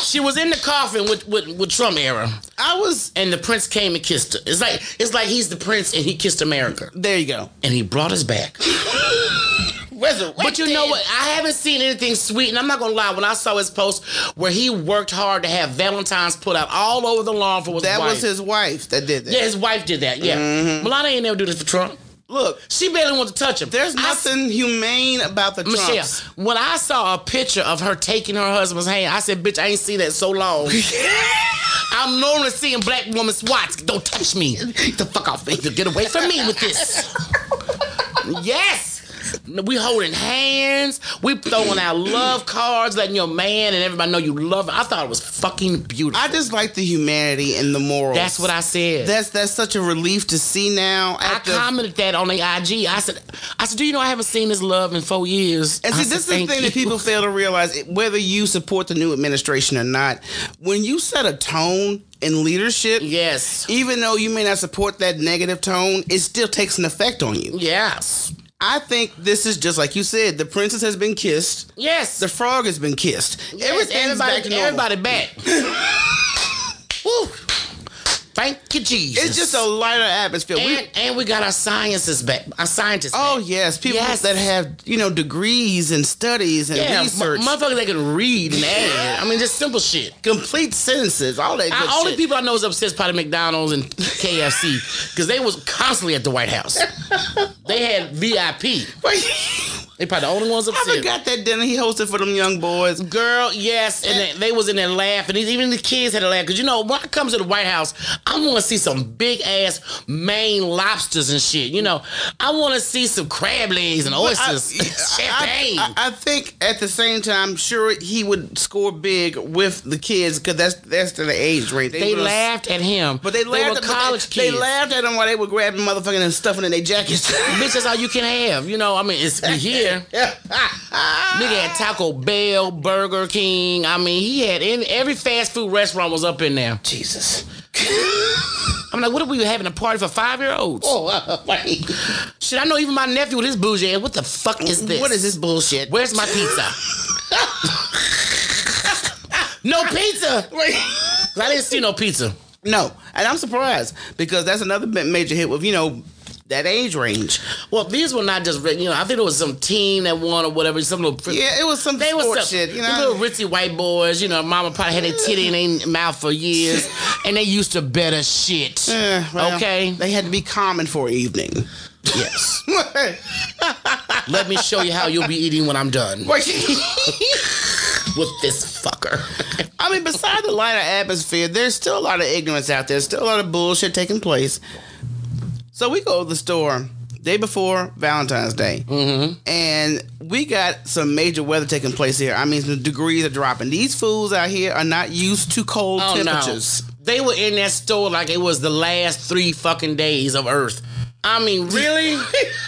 [SPEAKER 2] She was in the coffin with, with, with Trump era,
[SPEAKER 1] I was
[SPEAKER 2] and the prince came and kissed her. It's like it's like he's the prince and he kissed America,
[SPEAKER 1] there you go.
[SPEAKER 2] and he brought us back. But you know what? I haven't seen anything sweet, and I'm not gonna lie. When I saw his post where he worked hard to have Valentine's put out all over the lawn for his
[SPEAKER 1] That
[SPEAKER 2] wife,
[SPEAKER 1] was his Mm-hmm. wife that did that.
[SPEAKER 2] yeah, his wife did that. Yeah, Melania ain't never do this for Trump.
[SPEAKER 1] Look,
[SPEAKER 2] She barely wanted to touch him.
[SPEAKER 1] there's
[SPEAKER 2] I-
[SPEAKER 1] nothing humane about the Trumps.
[SPEAKER 2] Michelle, when I saw a picture of her taking her husband's hand, I said, "Bitch, I ain't seen that in
[SPEAKER 1] <laughs>
[SPEAKER 2] so long." I'm normally seeing black woman swats. Don't touch me. <laughs> Get the fuck off me. Get away from me with this. yes. We holding hands. We throwing out love cards, letting your man and everybody know you love. Him. I thought it was fucking beautiful.
[SPEAKER 1] I just like the humanity and the morals.
[SPEAKER 2] That's what I said.
[SPEAKER 1] That's that's such a relief to see now.
[SPEAKER 2] I
[SPEAKER 1] after-
[SPEAKER 2] commented that on the IG. I said, I said, do you know I haven't seen this love in four years?
[SPEAKER 1] And
[SPEAKER 2] I
[SPEAKER 1] see,
[SPEAKER 2] said,
[SPEAKER 1] this is the
[SPEAKER 2] "Thank
[SPEAKER 1] thing that
[SPEAKER 2] you."
[SPEAKER 1] people fail to realize it- whether you support the new administration or not, when you set a tone in leadership,
[SPEAKER 2] Yes.
[SPEAKER 1] even though you may not support that negative tone, it still takes an effect on you.
[SPEAKER 2] Yes.
[SPEAKER 1] I think this is just like you said the princess has been kissed,
[SPEAKER 2] Yes.
[SPEAKER 1] the frog has been kissed. Everything's
[SPEAKER 2] everybody,
[SPEAKER 1] back to normal.
[SPEAKER 2] everybody
[SPEAKER 1] <laughs>
[SPEAKER 2] back. Woo. Thank you, Jesus.
[SPEAKER 1] It's just a lighter atmosphere. We-
[SPEAKER 2] and, and we got our sciences back. Our scientists.
[SPEAKER 1] oh,
[SPEAKER 2] back.
[SPEAKER 1] yes. People
[SPEAKER 2] Yes.
[SPEAKER 1] that have, you know, degrees and studies and
[SPEAKER 2] yeah,
[SPEAKER 1] research,
[SPEAKER 2] Mu- motherfuckers that can read and add. I mean, just simple shit.
[SPEAKER 1] complete sentences, all that good
[SPEAKER 2] I, only
[SPEAKER 1] shit.
[SPEAKER 2] people I know is obsessed by the McDonald's
[SPEAKER 1] <laughs>
[SPEAKER 2] and <laughs> KFC because they was constantly at the White House. they had VIP. They probably the only ones
[SPEAKER 1] <laughs> I
[SPEAKER 2] upset.
[SPEAKER 1] forgot that dinner he hosted for them young boys.
[SPEAKER 2] Girl, yes, and they, they was in there laughing. These- Even the kids had a laugh because you know when I come to the White House, I want to see some big ass Maine lobsters and shit. You know, I want to see some crab legs and oysters, champagne.
[SPEAKER 1] I, I, I think at the same time, I'm sure he would score big with the kids because that's that's their age range.
[SPEAKER 2] they
[SPEAKER 1] were-
[SPEAKER 2] laughed at him,
[SPEAKER 1] but they laughed.
[SPEAKER 2] were
[SPEAKER 1] at, but
[SPEAKER 2] college
[SPEAKER 1] they,
[SPEAKER 2] kids.
[SPEAKER 1] They laughed at him while they were grabbing motherfucking and stuffing in their
[SPEAKER 2] <laughs>
[SPEAKER 1] jackets.
[SPEAKER 2] Bitch, that's all you can have. You know, I mean, it's we here. Nigga had Taco Bell, Burger King. I mean, he had in every fast food restaurant was up in there.
[SPEAKER 1] <laughs> Jesus.
[SPEAKER 2] I'm like, what are we having a party for five year olds?
[SPEAKER 3] Oh, uh, like,
[SPEAKER 2] Shit, I know even my nephew with his bougie ass. What the fuck is this?
[SPEAKER 1] What is this bullshit?
[SPEAKER 2] Where's my pizza?
[SPEAKER 1] <laughs>
[SPEAKER 2] no pizza. I didn't see no pizza.
[SPEAKER 1] <laughs> No, and I'm surprised because that's another ma- major hit with you know that age range.
[SPEAKER 2] Well, these were not just you know. I think it was some team that won or whatever. Some little
[SPEAKER 1] Yeah, it was some
[SPEAKER 2] They was
[SPEAKER 1] sport
[SPEAKER 2] some-
[SPEAKER 1] shit, you
[SPEAKER 2] them
[SPEAKER 1] know.
[SPEAKER 2] little ritzy white boys. You know, mama probably had their titty in their mouth
[SPEAKER 1] <laughs>
[SPEAKER 2] for years, and they used to better shit.
[SPEAKER 1] Eh, well,
[SPEAKER 2] okay,
[SPEAKER 1] they had to be common for an evening.
[SPEAKER 2] yes. <laughs> Let me show you how you'll be eating when I'm done with this fucker.
[SPEAKER 1] <laughs>
[SPEAKER 2] <laughs>
[SPEAKER 1] I mean, beside the lighter atmosphere, there's still a lot of ignorance out there. Still a lot of bullshit taking place. So we go to the store day before Valentine's Day, mm-hmm. and we got some major weather taking place here. I mean, the degrees are dropping. These fools out here are not used to cold
[SPEAKER 2] Oh, no.
[SPEAKER 1] temperatures.
[SPEAKER 2] They were in that store like it was the last three fucking days of Earth. I mean,
[SPEAKER 1] <laughs>
[SPEAKER 2] really?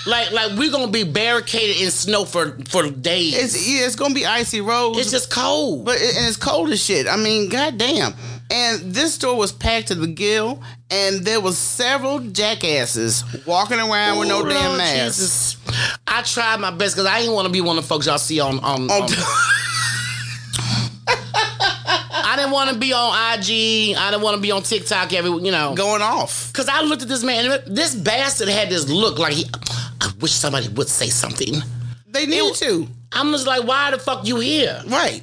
[SPEAKER 2] like, like we're gonna be barricaded in snow for for days. It's,
[SPEAKER 1] It's yeah, it's gonna be icy roads.
[SPEAKER 2] just cold.
[SPEAKER 1] But it, and it's cold as shit. I mean, goddamn. And this store was packed to the gill, and there was several jackasses walking around with no
[SPEAKER 2] Ooh,
[SPEAKER 1] damn
[SPEAKER 2] Lord oh,
[SPEAKER 1] mask.
[SPEAKER 2] Jesus. I tried my best because I didn't want to be one of the folks y'all see on on. <laughs> on- I didn't want to be on IG. I didn't want to be on TikTok. Every you know.
[SPEAKER 1] <laughs> going off.
[SPEAKER 2] Cause I looked at this man, this bastard had this look like he. I wish somebody would say something.
[SPEAKER 1] They need to.
[SPEAKER 2] I'm just like, why the fuck you here?
[SPEAKER 1] Right.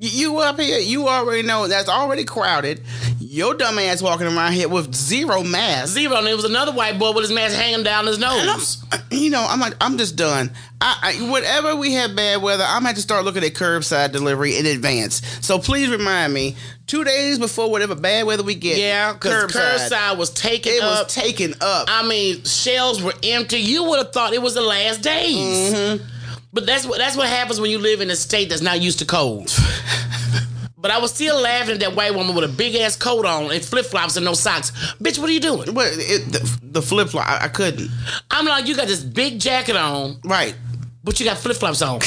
[SPEAKER 1] Y- You up here, you already know that's already crowded. Your dumb ass walking around here with zero mask.
[SPEAKER 2] Zero, and it was another white boy with his mask hanging down his nose.
[SPEAKER 1] You know, I'm like, I'm just done. I, I whatever we have bad weather, I'm gonna have to start looking at curbside delivery in advance. So please remind me two days before whatever bad weather we get.
[SPEAKER 2] Yeah, because curbside. was taken
[SPEAKER 1] it
[SPEAKER 2] up.
[SPEAKER 1] was taken up.
[SPEAKER 2] I mean, shelves were empty. You would have thought it was the last days.
[SPEAKER 1] Mm-hmm.
[SPEAKER 2] But that's what that's what happens when you live in a state that's not used
[SPEAKER 1] <laughs>
[SPEAKER 2] to cold. but I was still laughing at that white woman with a big ass coat on and flip flops and no socks. Bitch, what are you doing?
[SPEAKER 1] But it, the, the flip flop, I, I couldn't.
[SPEAKER 2] I'm like, you got this big jacket on,
[SPEAKER 1] Right.
[SPEAKER 2] but you got flip
[SPEAKER 1] <laughs>
[SPEAKER 2] flops on,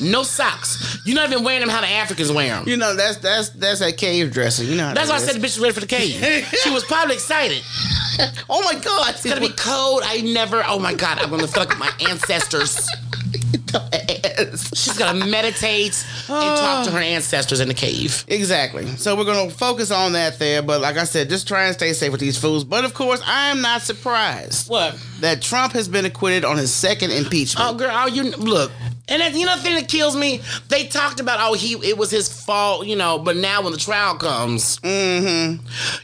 [SPEAKER 2] no socks. You're not even wearing them how the Africans wear them.
[SPEAKER 1] You know that's that's that's that cave dressing. You know. how
[SPEAKER 2] That's why I
[SPEAKER 1] that
[SPEAKER 2] said
[SPEAKER 1] is.
[SPEAKER 2] the bitch was ready for
[SPEAKER 1] <laughs>
[SPEAKER 2] the cave. she was probably excited.
[SPEAKER 1] Oh my god, it's
[SPEAKER 2] It's gonna be cold. I never. Oh my god, I'm gonna fuck my ancestors. She's gonna meditate and talk to her ancestors in the cave.
[SPEAKER 1] <laughs> Exactly. So we're going to focus on that there. But like I said, just try and stay safe with these fools. But of course, I am not surprised
[SPEAKER 2] What?
[SPEAKER 1] that Trump has been acquitted on his second impeachment.
[SPEAKER 2] Oh, girl, oh, you look. And that, you know the thing that kills me? They talked about oh he it was his fault, you know. But now when the trial comes, mm-hmm.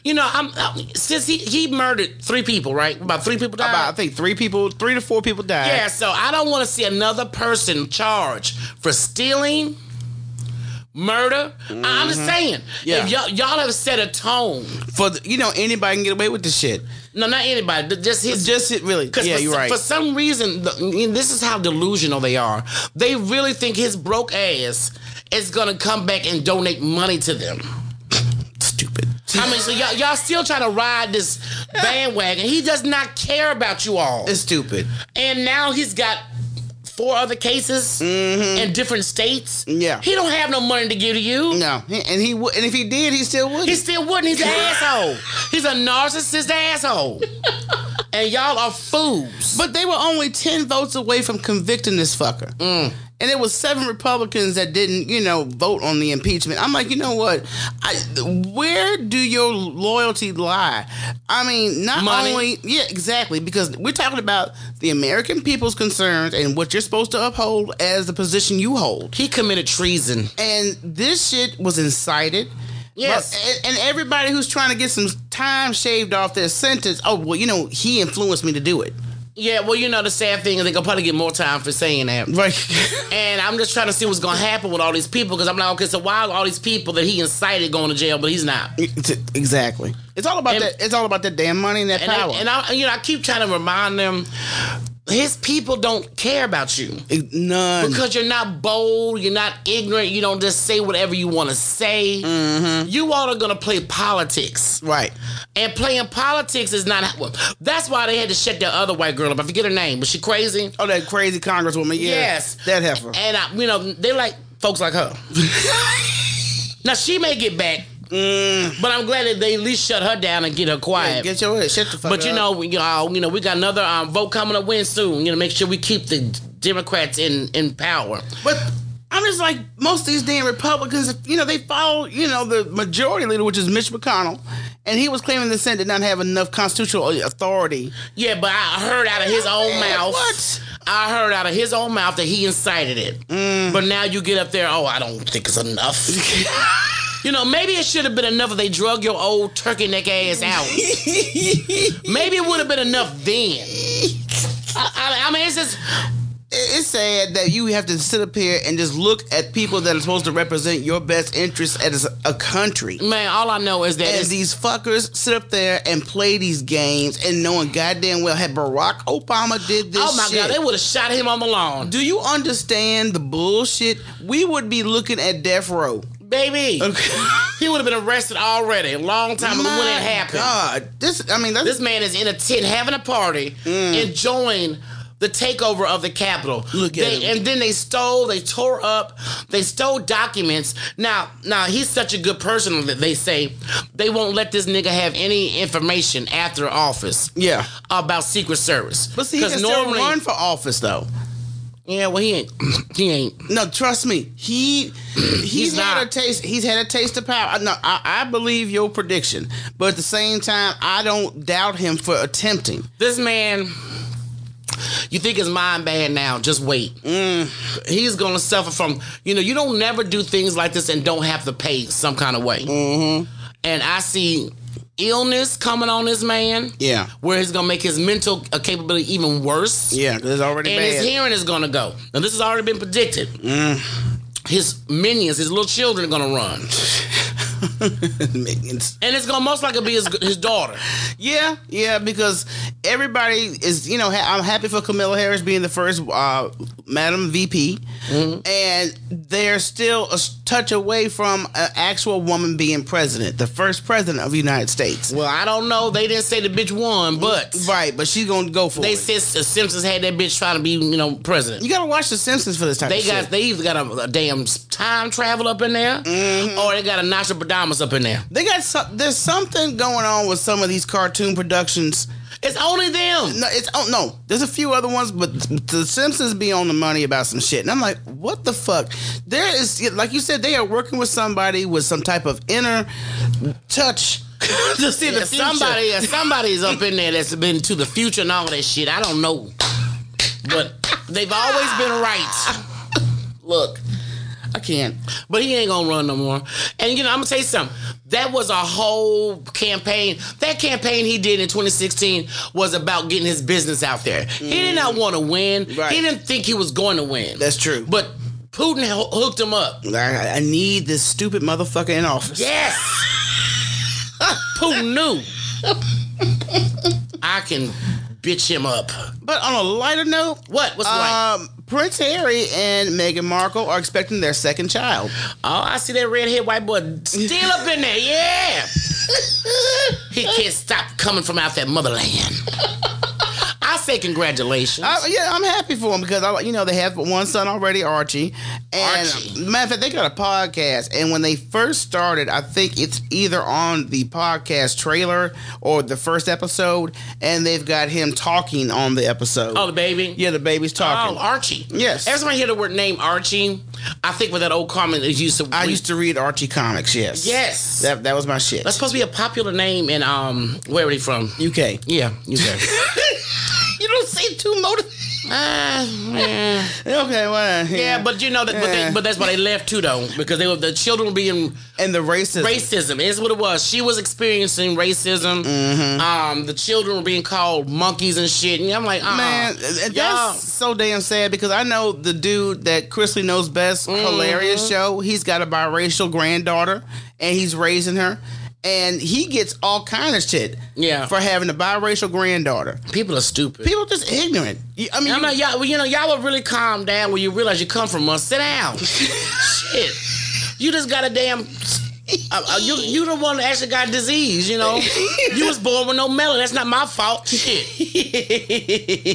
[SPEAKER 2] you know I'm, i since he he murdered three people, right? About three people died.
[SPEAKER 1] About, I think three people, three to four people died.
[SPEAKER 2] Yeah, so I don't want to see another person charged for stealing, murder. I- I'm just saying,
[SPEAKER 1] Mm-hmm. Yeah.
[SPEAKER 2] if y'all, y'all have set a tone.
[SPEAKER 1] For, the, you know, anybody can get away with this shit.
[SPEAKER 2] No, not anybody. th- Just his.
[SPEAKER 1] Just it really.
[SPEAKER 2] 'cause
[SPEAKER 1] Yeah,
[SPEAKER 2] for,
[SPEAKER 1] you're
[SPEAKER 2] some-
[SPEAKER 1] right.
[SPEAKER 2] For some reason, the, and this is how delusional they are. They really think his broke ass is gonna come back and donate money to them.
[SPEAKER 1] Stupid.
[SPEAKER 2] I mean, so y'all, y'all still trying to
[SPEAKER 1] <laughs>
[SPEAKER 2] ride this bandwagon. He does not care about you all.
[SPEAKER 1] It's stupid.
[SPEAKER 2] and now he's got four other cases in different states.
[SPEAKER 1] Yeah.
[SPEAKER 2] he don't have no money to give to you.
[SPEAKER 1] No. And he would, and if he did, he still would.
[SPEAKER 2] He still wouldn't. He's an asshole. He's a narcissist asshole. and y'all are fools.
[SPEAKER 1] But they were only 10 votes away from convicting this fucker.
[SPEAKER 2] Mm.
[SPEAKER 1] And it was seven Republicans that didn't, you know, vote on the impeachment. I'm like, you know what? I, where do your loyalty lie? I mean, not
[SPEAKER 2] Money.
[SPEAKER 1] only, yeah, exactly, because we're talking about the American people's concerns and what you're supposed to uphold as the position you hold.
[SPEAKER 2] He committed treason.
[SPEAKER 1] And this shit was incited.
[SPEAKER 2] Yes.
[SPEAKER 1] Well, and- and everybody who's trying to get some time shaved off their sentence, oh, well, you know, he influenced me to do it.
[SPEAKER 2] Yeah, well, you know, the sad thing is they're gonna probably get more time for saying
[SPEAKER 1] <laughs>
[SPEAKER 2] that.
[SPEAKER 1] Right.
[SPEAKER 2] And I'm just trying to see what's gonna happen with all these people because I'm like, okay, so why are all these people that he incited going to jail, but he's not?
[SPEAKER 1] exactly. It's all about
[SPEAKER 2] And-
[SPEAKER 1] that. It's all about that damn money and that
[SPEAKER 2] And,
[SPEAKER 1] power.
[SPEAKER 2] I, and I, you know, I keep trying to remind them, his people don't care about you
[SPEAKER 1] It- None.
[SPEAKER 2] because you're not bold, you're not ignorant, you don't just say whatever you want to say.
[SPEAKER 1] Mm-hmm.
[SPEAKER 2] You all are gonna play politics,
[SPEAKER 1] right.
[SPEAKER 2] and playing politics is not. Well, that's why they had to shut that other white girl up. I forget her name, but she crazy.
[SPEAKER 1] Oh, that crazy congresswoman. Yeah,
[SPEAKER 2] Yes.
[SPEAKER 1] That heifer.
[SPEAKER 2] And I, you know, they like folks like her. now she may get back, but I'm glad that they at least shut her down and get her quiet.
[SPEAKER 1] Mm, Get your head. Shut the fuck
[SPEAKER 2] but you
[SPEAKER 1] up.
[SPEAKER 2] know, we, uh, you know, we got another um, vote coming to win soon. You know, make sure we keep the Democrats in in power.
[SPEAKER 1] But I'm just like most of these damn Republicans. You know, they follow you know the majority leader, which is Mitch McConnell, and he was claiming the Senate did not have enough constitutional authority.
[SPEAKER 2] Yeah, but I heard out of his own
[SPEAKER 1] Man,
[SPEAKER 2] mouth.
[SPEAKER 1] what?
[SPEAKER 2] I heard out of his own mouth that he incited it.
[SPEAKER 1] Mm.
[SPEAKER 2] But now you get up there, oh, I don't think
[SPEAKER 1] <laughs>
[SPEAKER 2] it's enough. you know, maybe it should have been enough if they drug your old turkey neck
[SPEAKER 1] <laughs>
[SPEAKER 2] ass out. maybe it would have been enough then. I, I, I mean, it's just,
[SPEAKER 1] It- It's sad that you have to sit up here and just look at people that are supposed to represent your best interests as a country.
[SPEAKER 2] man, all I know is that
[SPEAKER 1] And
[SPEAKER 2] it's,
[SPEAKER 1] these fuckers sit up there and play these games and knowing goddamn well had Barack Obama did this
[SPEAKER 2] oh my
[SPEAKER 1] shit.
[SPEAKER 2] God, they would have shot him on the lawn.
[SPEAKER 1] Do you understand the bullshit? We would be looking at death
[SPEAKER 2] <laughs>
[SPEAKER 1] row.
[SPEAKER 2] Baby, he would have been arrested already a long time ago when
[SPEAKER 1] My
[SPEAKER 2] it happened.
[SPEAKER 1] God, this. I mean, that's,
[SPEAKER 2] This man is in a tent having a party, enjoying the takeover of the Capitol.
[SPEAKER 1] Mm. Look at
[SPEAKER 2] They-
[SPEAKER 1] him.
[SPEAKER 2] And then they stole, they tore up, they stole documents. Now, now he's such a good person that they say they won't let this nigga have any information after office
[SPEAKER 1] yeah.
[SPEAKER 2] about Secret Service.
[SPEAKER 1] But see, he can still run for office though.
[SPEAKER 2] yeah, well he ain't, <clears throat> he ain't.
[SPEAKER 1] No, trust me.
[SPEAKER 2] <clears throat>
[SPEAKER 1] He he's, had
[SPEAKER 2] not.
[SPEAKER 1] a taste. He's had a taste of power. I- No, I, I believe your prediction, but at the same time, I don't doubt him for attempting.
[SPEAKER 2] This man. You think his mind bad now? Just wait. Mm, He's gonna suffer from. You know, you don't never do things like this and don't have to pay some kind of way.
[SPEAKER 1] Mm-hmm.
[SPEAKER 2] and I see illness coming on this man.
[SPEAKER 1] Yeah.
[SPEAKER 2] Where it's gonna make his mental uh, capability even worse.
[SPEAKER 1] Yeah, 'cause it's already
[SPEAKER 2] And his
[SPEAKER 1] bad. Mm.
[SPEAKER 2] hearing is gonna go. Now this has already been predicted. His minions, his little children are gonna run.
[SPEAKER 1] <laughs> Minions.
[SPEAKER 2] And it's gonna most likely be his,
[SPEAKER 1] <laughs>
[SPEAKER 2] his daughter.
[SPEAKER 1] yeah, yeah, because everybody is, you know, ha- I'm happy for Camilla Harris being the first uh, Madam VP,
[SPEAKER 2] Mm-hmm.
[SPEAKER 1] and they're still a s- touch away from an actual woman being president, the first president of the United States.
[SPEAKER 2] Well, I don't know. They didn't say the bitch won, but
[SPEAKER 1] Right, but she's gonna go for
[SPEAKER 2] they
[SPEAKER 1] it.
[SPEAKER 2] said the Simpsons had that bitch trying to be, you know, president.
[SPEAKER 1] you gotta watch The Simpsons for this type
[SPEAKER 2] They
[SPEAKER 1] of
[SPEAKER 2] got
[SPEAKER 1] shit.
[SPEAKER 2] they either got a, a damn time travel up in there,
[SPEAKER 1] Mm-hmm.
[SPEAKER 2] or they got a Nostradamus up in there.
[SPEAKER 1] They got some, there's something going on with some of these cartoon productions.
[SPEAKER 2] It's only them.
[SPEAKER 1] No, it's oh no. There's a few other ones, but The Simpsons be on the money about some shit, and I'm like, what the fuck? There is, like you said, they are working with somebody with some type of inner touch <laughs> to see
[SPEAKER 2] Yeah,
[SPEAKER 1] the future.
[SPEAKER 2] somebody, yeah, somebody's up in there that's been to the future and all that shit. I don't know, but they've always been right.
[SPEAKER 1] look. I can't.
[SPEAKER 2] But he ain't gonna run no more. And you know, I'm gonna tell you something. That was a whole campaign. That campaign he did in 2016 was about getting his business out there. He did not want to win.
[SPEAKER 1] Mm-hmm. Right.
[SPEAKER 2] He didn't think he was going to win.
[SPEAKER 1] That's true.
[SPEAKER 2] But Putin ho- hooked him up.
[SPEAKER 1] I, I need this stupid motherfucker in office.
[SPEAKER 2] Yes. Putin knew. I can bitch him up.
[SPEAKER 1] But on a lighter note,
[SPEAKER 2] What? What's the like?
[SPEAKER 1] um, Prince Harry and Meghan Markle are expecting their second child.
[SPEAKER 2] Oh, I see that redhead white boy still up in there. Yeah. he can't stop coming from out that motherland. I say congratulations.
[SPEAKER 1] I, yeah, I'm happy for them because I, like- you know, they have one son already, Archie. And
[SPEAKER 2] Archie.
[SPEAKER 1] matter of fact, they got a podcast. And when they first started, I think it's either on the podcast trailer or the first episode, and they've got him talking on the episode.
[SPEAKER 2] oh, the baby.
[SPEAKER 1] yeah, the baby's
[SPEAKER 2] Oh,
[SPEAKER 1] talking.
[SPEAKER 2] Archie.
[SPEAKER 1] Yes.
[SPEAKER 2] Every time I hear the word name Archie, I think with that old comment that used to.
[SPEAKER 1] I used to read Archie comics. Yes,
[SPEAKER 2] Yes.
[SPEAKER 1] that that was my shit.
[SPEAKER 2] That's supposed to be a popular name in um. Where are they from?
[SPEAKER 1] UK. <laughs>
[SPEAKER 2] Yeah, you there.
[SPEAKER 1] You don't see two motives.
[SPEAKER 2] Uh, yeah.
[SPEAKER 1] Okay, well,
[SPEAKER 2] yeah, but you know, that, but, they, but that's why they left too, though, because they were the children were being
[SPEAKER 1] and the racism.
[SPEAKER 2] racism is what it was. She was experiencing racism.
[SPEAKER 1] Mm-hmm.
[SPEAKER 2] Um, the children were being called monkeys and shit. And I'm like, uh
[SPEAKER 1] Man, th- that's so damn sad because I know the dude that Chrisley knows best,
[SPEAKER 2] Mm-hmm.
[SPEAKER 1] hilarious show. He's got a biracial granddaughter and he's raising her, and he gets all kind of shit.
[SPEAKER 2] Yeah.
[SPEAKER 1] for having a biracial granddaughter.
[SPEAKER 2] people are stupid.
[SPEAKER 1] People just ignorant. You- I mean,
[SPEAKER 2] I'm like, y'all, well, you know, y'all will really calm down when you realize you come from us. Sit <laughs> down. Shit. You just got a damn. Uh, uh, you you the one that actually got disease, you know. you was born with no melon. That's not my fault. Shit.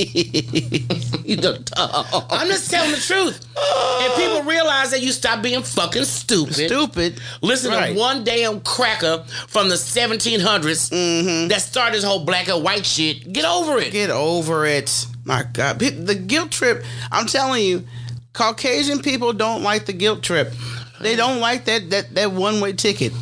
[SPEAKER 2] you the dog. I'm just telling the truth. if people realize that, you stop being fucking stupid.
[SPEAKER 1] stupid.
[SPEAKER 2] Listen
[SPEAKER 1] Right.
[SPEAKER 2] to one damn cracker from the 1700s that started this whole black and white shit. Get over it.
[SPEAKER 1] Get over it. My God, Pe- the guilt trip. I'm telling you, Caucasian people don't like the guilt trip. They don't like that that that one way ticket.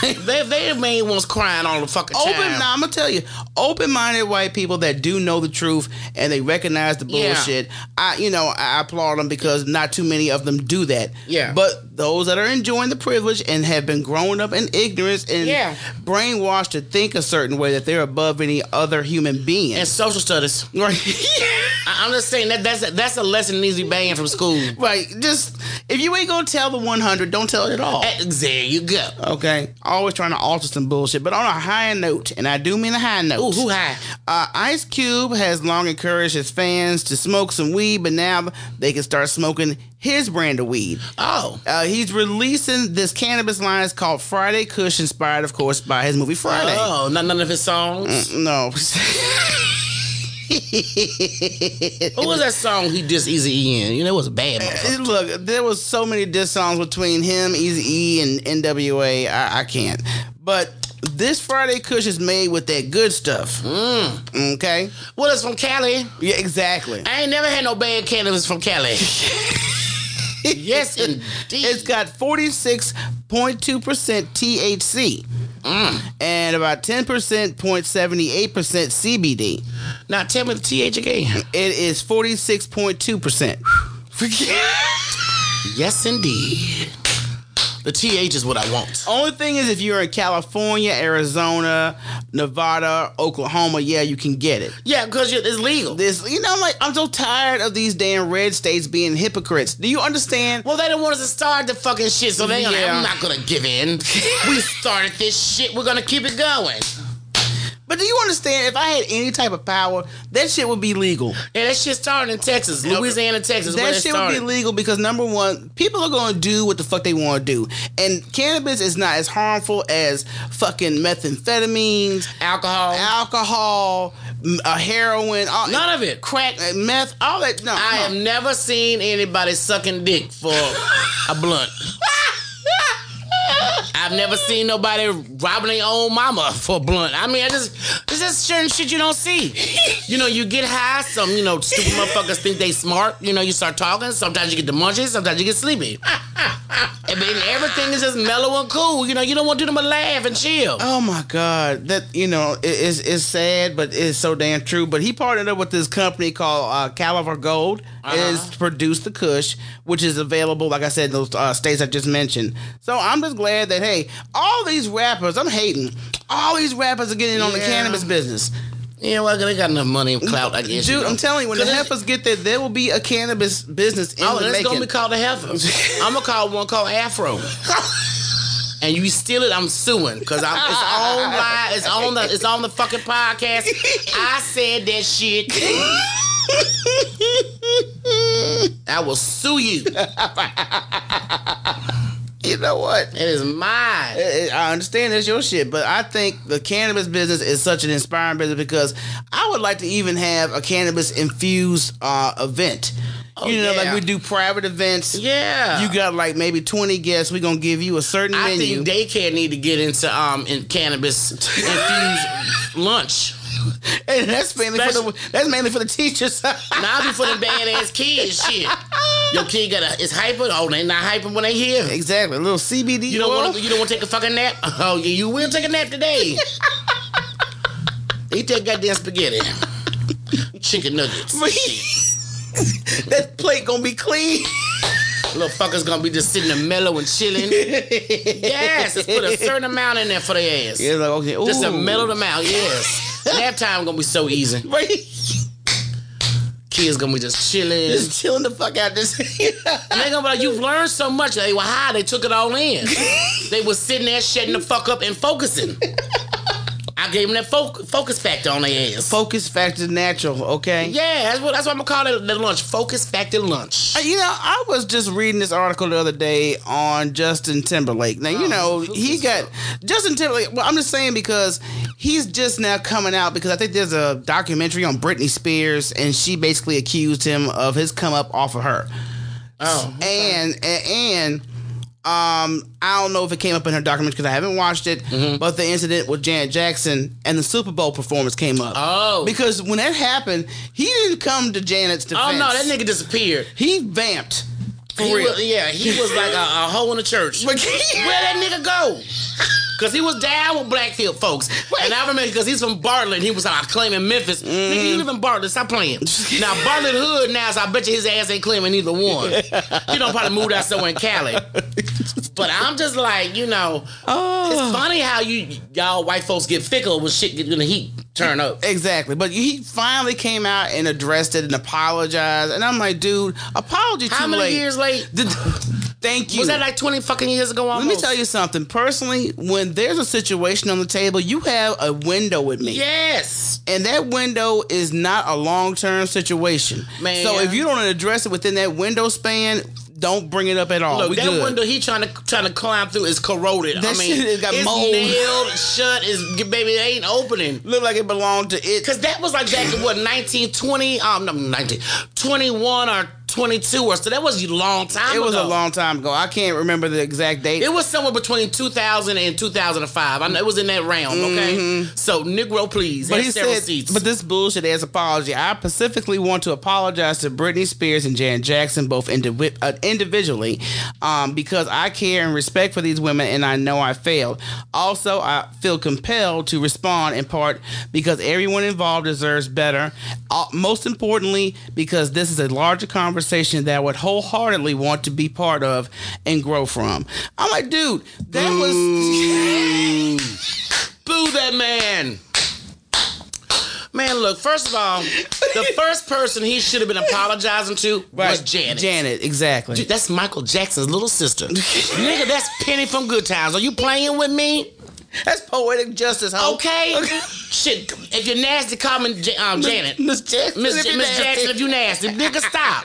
[SPEAKER 2] They they the main ones crying all the fucking time.
[SPEAKER 1] Open. Now I'm gonna tell you, open-minded white people that do know the truth and they recognize the
[SPEAKER 2] Yeah.
[SPEAKER 1] bullshit. I, you know, I applaud them because not too many of them do that.
[SPEAKER 2] Yeah.
[SPEAKER 1] But those that are enjoying the privilege and have been grown up in ignorance and
[SPEAKER 2] Yeah.
[SPEAKER 1] brainwashed to think a certain way that they're above any other human being.
[SPEAKER 2] And social studies.
[SPEAKER 1] <laughs> right.
[SPEAKER 2] I, I'm just saying that that's a, that's a lesson that needs to be banned from school.
[SPEAKER 1] Right. Just if you ain't gonna tell the 100, don't tell it at all.
[SPEAKER 2] Eh, There you go.
[SPEAKER 1] Okay. Always trying to alter some bullshit, but on a high note, and I do mean a high note.
[SPEAKER 2] Ooh, who high?
[SPEAKER 1] Uh, Ice Cube has long encouraged his fans to smoke some weed, but now they can start smoking his brand of weed.
[SPEAKER 2] Oh,
[SPEAKER 1] Uh, he's releasing this cannabis line. It's called Friday Kush, inspired, of course, by his movie Friday.
[SPEAKER 2] oh, not none of his songs.
[SPEAKER 1] No. <laughs>
[SPEAKER 2] What was that song he dissed Easy in? You know, Eh, it was a bad. motherfucker.
[SPEAKER 1] Look, there was so many diss songs between him, Easy E, and NWA. I, I can't. But this Friday Kush is made with that good stuff.
[SPEAKER 2] Mm-hmm.
[SPEAKER 1] Mm. Okay.
[SPEAKER 2] Well, it's from Cali.
[SPEAKER 1] Yeah, <laughs> exactly.
[SPEAKER 2] I ain't never had no bad cannabis from Cali. <laughs> yes, indeed.
[SPEAKER 1] It's got 46.2% THC mm, and about 10%, 0.78% CBD.
[SPEAKER 2] now tell me the th again.
[SPEAKER 1] It is 46.2%.
[SPEAKER 2] yes, indeed. The th is what I want.
[SPEAKER 1] Only thing is, if you're in California, Arizona, Nevada, Oklahoma, yeah, you can get it.
[SPEAKER 2] Yeah, because it's legal.
[SPEAKER 1] This, you know, I'm like, I'm so tired of these damn red states being hypocrites. Do you understand?
[SPEAKER 2] Well, they didn't want us to start the fucking shit, so they
[SPEAKER 1] Yeah.
[SPEAKER 2] I'm not gonna
[SPEAKER 1] <laughs>
[SPEAKER 2] give in. we started this shit. We're gonna keep it going.
[SPEAKER 1] But do you understand? If I had any type of power, that shit would be legal.
[SPEAKER 2] Yeah, that shit started in Texas, Louisiana, Texas. where
[SPEAKER 1] That shit would be
[SPEAKER 2] started.
[SPEAKER 1] legal because number one, people are gonna do what the fuck they want to do, and cannabis is not as harmful as fucking methamphetamines,
[SPEAKER 2] Alcohol,
[SPEAKER 1] alcohol, m- uh, heroin, all,
[SPEAKER 2] Oh. none of it.
[SPEAKER 1] crack, uh, meth, all that. No,
[SPEAKER 2] I
[SPEAKER 1] no.
[SPEAKER 2] have never seen anybody sucking dick for a blunt. I've never seen nobody robbing their own mama for a blunt. I mean, I just this is certain shit you don't see. You know, you get high, some you know stupid motherfuckers think they smart. You know, you start talking. Sometimes you get the munchies. Sometimes you get sleepy. I mean, everything is just mellow and cool. You know, you don't want to do them a laugh and chill.
[SPEAKER 1] Oh my God, that you know i- is is sad, but it's so damn true. But he partnered up with this company called uh, Caliber Gold,
[SPEAKER 2] Uh-huh.
[SPEAKER 1] is to produce the Kush, which is available, like I said, in those uh, states I just mentioned. So I'm just glad that hey, all these rappers, I'm hating, all these rappers are getting on the
[SPEAKER 2] Yeah.
[SPEAKER 1] cannabis business,
[SPEAKER 2] Yeah, well, they got enough money and clout, I guess. you
[SPEAKER 1] dude.
[SPEAKER 2] know.
[SPEAKER 1] I'm telling you, when the
[SPEAKER 2] 'Cause it's-
[SPEAKER 1] heifers get there, there will be a cannabis business in
[SPEAKER 2] Oh,
[SPEAKER 1] the
[SPEAKER 2] that's gonna
[SPEAKER 1] making.
[SPEAKER 2] be called a heifer. I'm gonna call one called
[SPEAKER 1] <laughs>
[SPEAKER 2] Afro. And you steal it, I'm suing because I'm it's on live, it's on the it's on the fucking podcast. I said that shit. I will sue you. It
[SPEAKER 1] <laughs> you know what?
[SPEAKER 2] is mine.
[SPEAKER 1] I I understand that's your shit, but I think the cannabis business is such an inspiring business because I would like to even have a cannabis infused uh, event. you know,
[SPEAKER 2] Oh, yeah.
[SPEAKER 1] like we do private events.
[SPEAKER 2] Yeah,
[SPEAKER 1] You got like maybe twenty guests. We're gonna give you a certain
[SPEAKER 2] I
[SPEAKER 1] menu.
[SPEAKER 2] think daycare need to get into um in cannabis infused lunch.
[SPEAKER 1] and <laughs> that's mainly for
[SPEAKER 2] Special-
[SPEAKER 1] the that's mainly for the teachers. <laughs>
[SPEAKER 2] Now be for them badass kids. Shit, your kid got a is hyper. Oh, they not hyper when they here.
[SPEAKER 1] exactly. A little CBD.
[SPEAKER 2] You don't
[SPEAKER 1] oil.
[SPEAKER 2] want to. You don't want to take a fucking nap. <laughs> Oh yeah, you will take a nap today. Eat that goddamn spaghetti. chicken
[SPEAKER 1] <laughs>
[SPEAKER 2] nuggets.
[SPEAKER 1] that plate gonna be clean.
[SPEAKER 2] Little fuckers gonna be just sitting there mellow and chilling. yes, just put a certain amount in there for their ass.
[SPEAKER 1] Yeah, like okay, ooh.
[SPEAKER 2] Just to mellow them out, yes. Nap time gonna be so easy.
[SPEAKER 1] Right,
[SPEAKER 2] Kids gonna be just chilling.
[SPEAKER 1] <laughs> just <laughs> chilling the fuck out this.
[SPEAKER 2] And they gonna be like, you've learned so much. They were high. They took it all in. they was sitting there shutting the fuck up and focusing. I gave them that fo- focus factor on their ass.
[SPEAKER 1] Focus factor natural, okay?
[SPEAKER 2] yeah, that's what, that's what I'm gonna call it. The lunch focus factor lunch.
[SPEAKER 1] Uh, You know, I was just reading this article the other day on Justin Timberlake. Now,
[SPEAKER 2] Oh,
[SPEAKER 1] you know, he got Justin Timberlake. Well, I'm just saying because he's just now coming out because I think there's a documentary on Britney Spears and she basically accused him of his come up off of her.
[SPEAKER 2] Oh,
[SPEAKER 1] And and, and um, I don't know if it came up in her documentary because I haven't watched it,
[SPEAKER 2] Mm-hmm.
[SPEAKER 1] but the incident with Janet Jackson and the Super Bowl performance came up.
[SPEAKER 2] Oh.
[SPEAKER 1] because when that happened, he didn't come to Janet's defense.
[SPEAKER 2] oh no, that nigga disappeared.
[SPEAKER 1] He vamped. For
[SPEAKER 2] He
[SPEAKER 1] real.
[SPEAKER 2] was- yeah, he was like a, a hoe in the church.
[SPEAKER 1] But-
[SPEAKER 2] <laughs> Where that nigga go? Cause he was down with Blackfield folks, and I remember because he's from Bartlett. He was like claiming Memphis. Nigga, you live in Bartlett. Stop playing. Now Bartlett Hood now, so I bet you his ass ain't claiming either one. You don't probably moved out somewhere in Cali. But I'm just like, you know, it's funny how you y'all white folks get fickle when shit get when the heat turn up.
[SPEAKER 1] Exactly. But he finally came out and addressed it and apologized. And I'm like, dude, apology too
[SPEAKER 2] How many
[SPEAKER 1] late.
[SPEAKER 2] years late?
[SPEAKER 1] Did- <laughs> thank you.
[SPEAKER 2] Was that like 20 fucking years ago?
[SPEAKER 1] Let
[SPEAKER 2] Almost?
[SPEAKER 1] me tell you something. Personally, when there's a situation on the table, you have a window with me.
[SPEAKER 2] Yes.
[SPEAKER 1] And that window is not a long term situation.
[SPEAKER 2] Man.
[SPEAKER 1] So if you don't address it within that window span, don't bring it up at all.
[SPEAKER 2] Look,
[SPEAKER 1] Oh, we
[SPEAKER 2] that
[SPEAKER 1] good.
[SPEAKER 2] window he trying to trying to climb through is corroded. I
[SPEAKER 1] That
[SPEAKER 2] mean,
[SPEAKER 1] shit has got
[SPEAKER 2] it's
[SPEAKER 1] mold.
[SPEAKER 2] nailed shut. Is baby it ain't opening.
[SPEAKER 1] Look like it belonged to it.
[SPEAKER 2] Cause that was like back in what 1920, um, no, 19, 21 or 22 or so. That was a long time
[SPEAKER 1] It was a
[SPEAKER 2] ago.
[SPEAKER 1] long time ago. I can't remember the exact date.
[SPEAKER 2] It was somewhere between 2000 and 2005. I know it was in that realm. Okay, so Negro, please.
[SPEAKER 1] Mm-hmm. But
[SPEAKER 2] have
[SPEAKER 1] he
[SPEAKER 2] several
[SPEAKER 1] said,
[SPEAKER 2] seats.
[SPEAKER 1] but this bullshit ass apology. I specifically want to apologize to Britney Spears and Jan Jackson, both indivi- uh, individually, um, because I care and respect for these women, and I know I failed. Also, I feel compelled to respond in part because everyone involved deserves better. Uh, most importantly, because this is a larger conversation that I would wholeheartedly want to be part of and grow from. I'm like, dude, that <laughs> was.
[SPEAKER 2] Boo that man. Man, look, first of all, <laughs> the first person he should have been apologizing to was Janet.
[SPEAKER 1] Janet, exactly.
[SPEAKER 2] Dude, that's Michael Jackson's little <laughs> sister. Nigga, that's Penny from Good Times. Are you playing with me?
[SPEAKER 1] That's poetic justice, hoe.
[SPEAKER 2] Oh. <laughs> Okay. Shit, if you're nasty, call me J- um,
[SPEAKER 1] <laughs>
[SPEAKER 2] Janet.
[SPEAKER 1] Miss Jackson.
[SPEAKER 2] Miss
[SPEAKER 1] if you
[SPEAKER 2] Miss
[SPEAKER 1] nasty.
[SPEAKER 2] Jackson, if you nasty, nigga, <laughs> stop.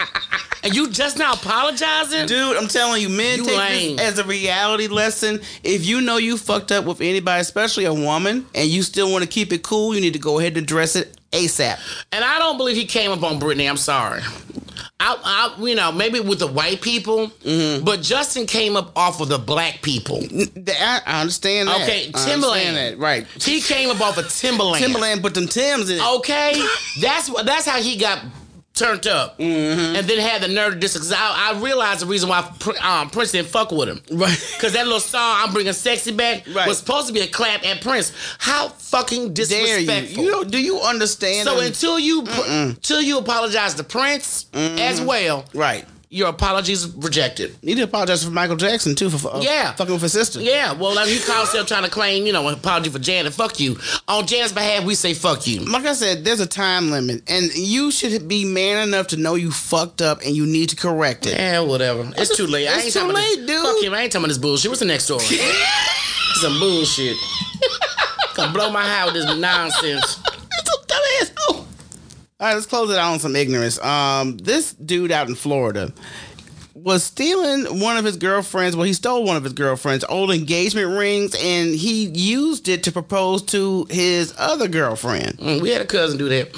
[SPEAKER 2] And you just now apologizing?
[SPEAKER 1] Dude, I'm telling you, men
[SPEAKER 2] You
[SPEAKER 1] take
[SPEAKER 2] lame.
[SPEAKER 1] this as a reality lesson. If you know you fucked up with anybody, especially a woman, and you still want to keep it cool, you need to go ahead and address it ASAP.
[SPEAKER 2] And I don't believe he came up on Britney. I'm sorry. I, I, you know, maybe with the white people,
[SPEAKER 1] Mm-hmm.
[SPEAKER 2] but Justin came up off of the black people.
[SPEAKER 1] Th- I, I understand that.
[SPEAKER 2] Okay,
[SPEAKER 1] I
[SPEAKER 2] Timberland.
[SPEAKER 1] understand that. Right.
[SPEAKER 2] He came up off of Timberland.
[SPEAKER 1] Timberland put them Tims in it.
[SPEAKER 2] Oh, Okay, that's wh- that's how he got turned up,
[SPEAKER 1] Mm-hmm.
[SPEAKER 2] and then had the nerve to disagree. I, I realized the reason why Pr- um, Prince didn't fuck with him.
[SPEAKER 1] <laughs> Right.
[SPEAKER 2] Cause that little song "I'm Bringing Sexy Back"
[SPEAKER 1] Right.
[SPEAKER 2] was supposed to be a clap at Prince. How fucking
[SPEAKER 1] Dare you.
[SPEAKER 2] disrespectful!
[SPEAKER 1] you know, do you understand?
[SPEAKER 2] so
[SPEAKER 1] them?
[SPEAKER 2] until you pr- until you apologize to Prince as well,
[SPEAKER 1] right.
[SPEAKER 2] your apologies rejected.
[SPEAKER 1] You need to apologize for Michael Jackson, too, for uh,
[SPEAKER 2] Yeah.
[SPEAKER 1] fucking with his sister.
[SPEAKER 2] Yeah, well, like he called himself trying to claim, you know, an apology for Janet. Fuck you. On Janet's behalf, we say fuck you.
[SPEAKER 1] like I said, there's a time limit, and you should be man enough to know you fucked up and you need to correct it.
[SPEAKER 2] Yeah, whatever. It's too late. I
[SPEAKER 1] It's
[SPEAKER 2] ain't
[SPEAKER 1] too
[SPEAKER 2] talking about
[SPEAKER 1] late,
[SPEAKER 2] this.
[SPEAKER 1] dude.
[SPEAKER 2] Fuck him. I ain't talking about this bullshit. What's the next
[SPEAKER 1] <laughs>
[SPEAKER 2] story? Some bullshit. Gonna blow my high with this nonsense.
[SPEAKER 1] All right, let's close it out on some ignorance. Um, this dude out in Florida was stealing one of his girlfriend's. Well, he stole one of his girlfriend's old engagement rings, and he used it to propose to his other girlfriend.
[SPEAKER 2] Mm, We had a cousin do that.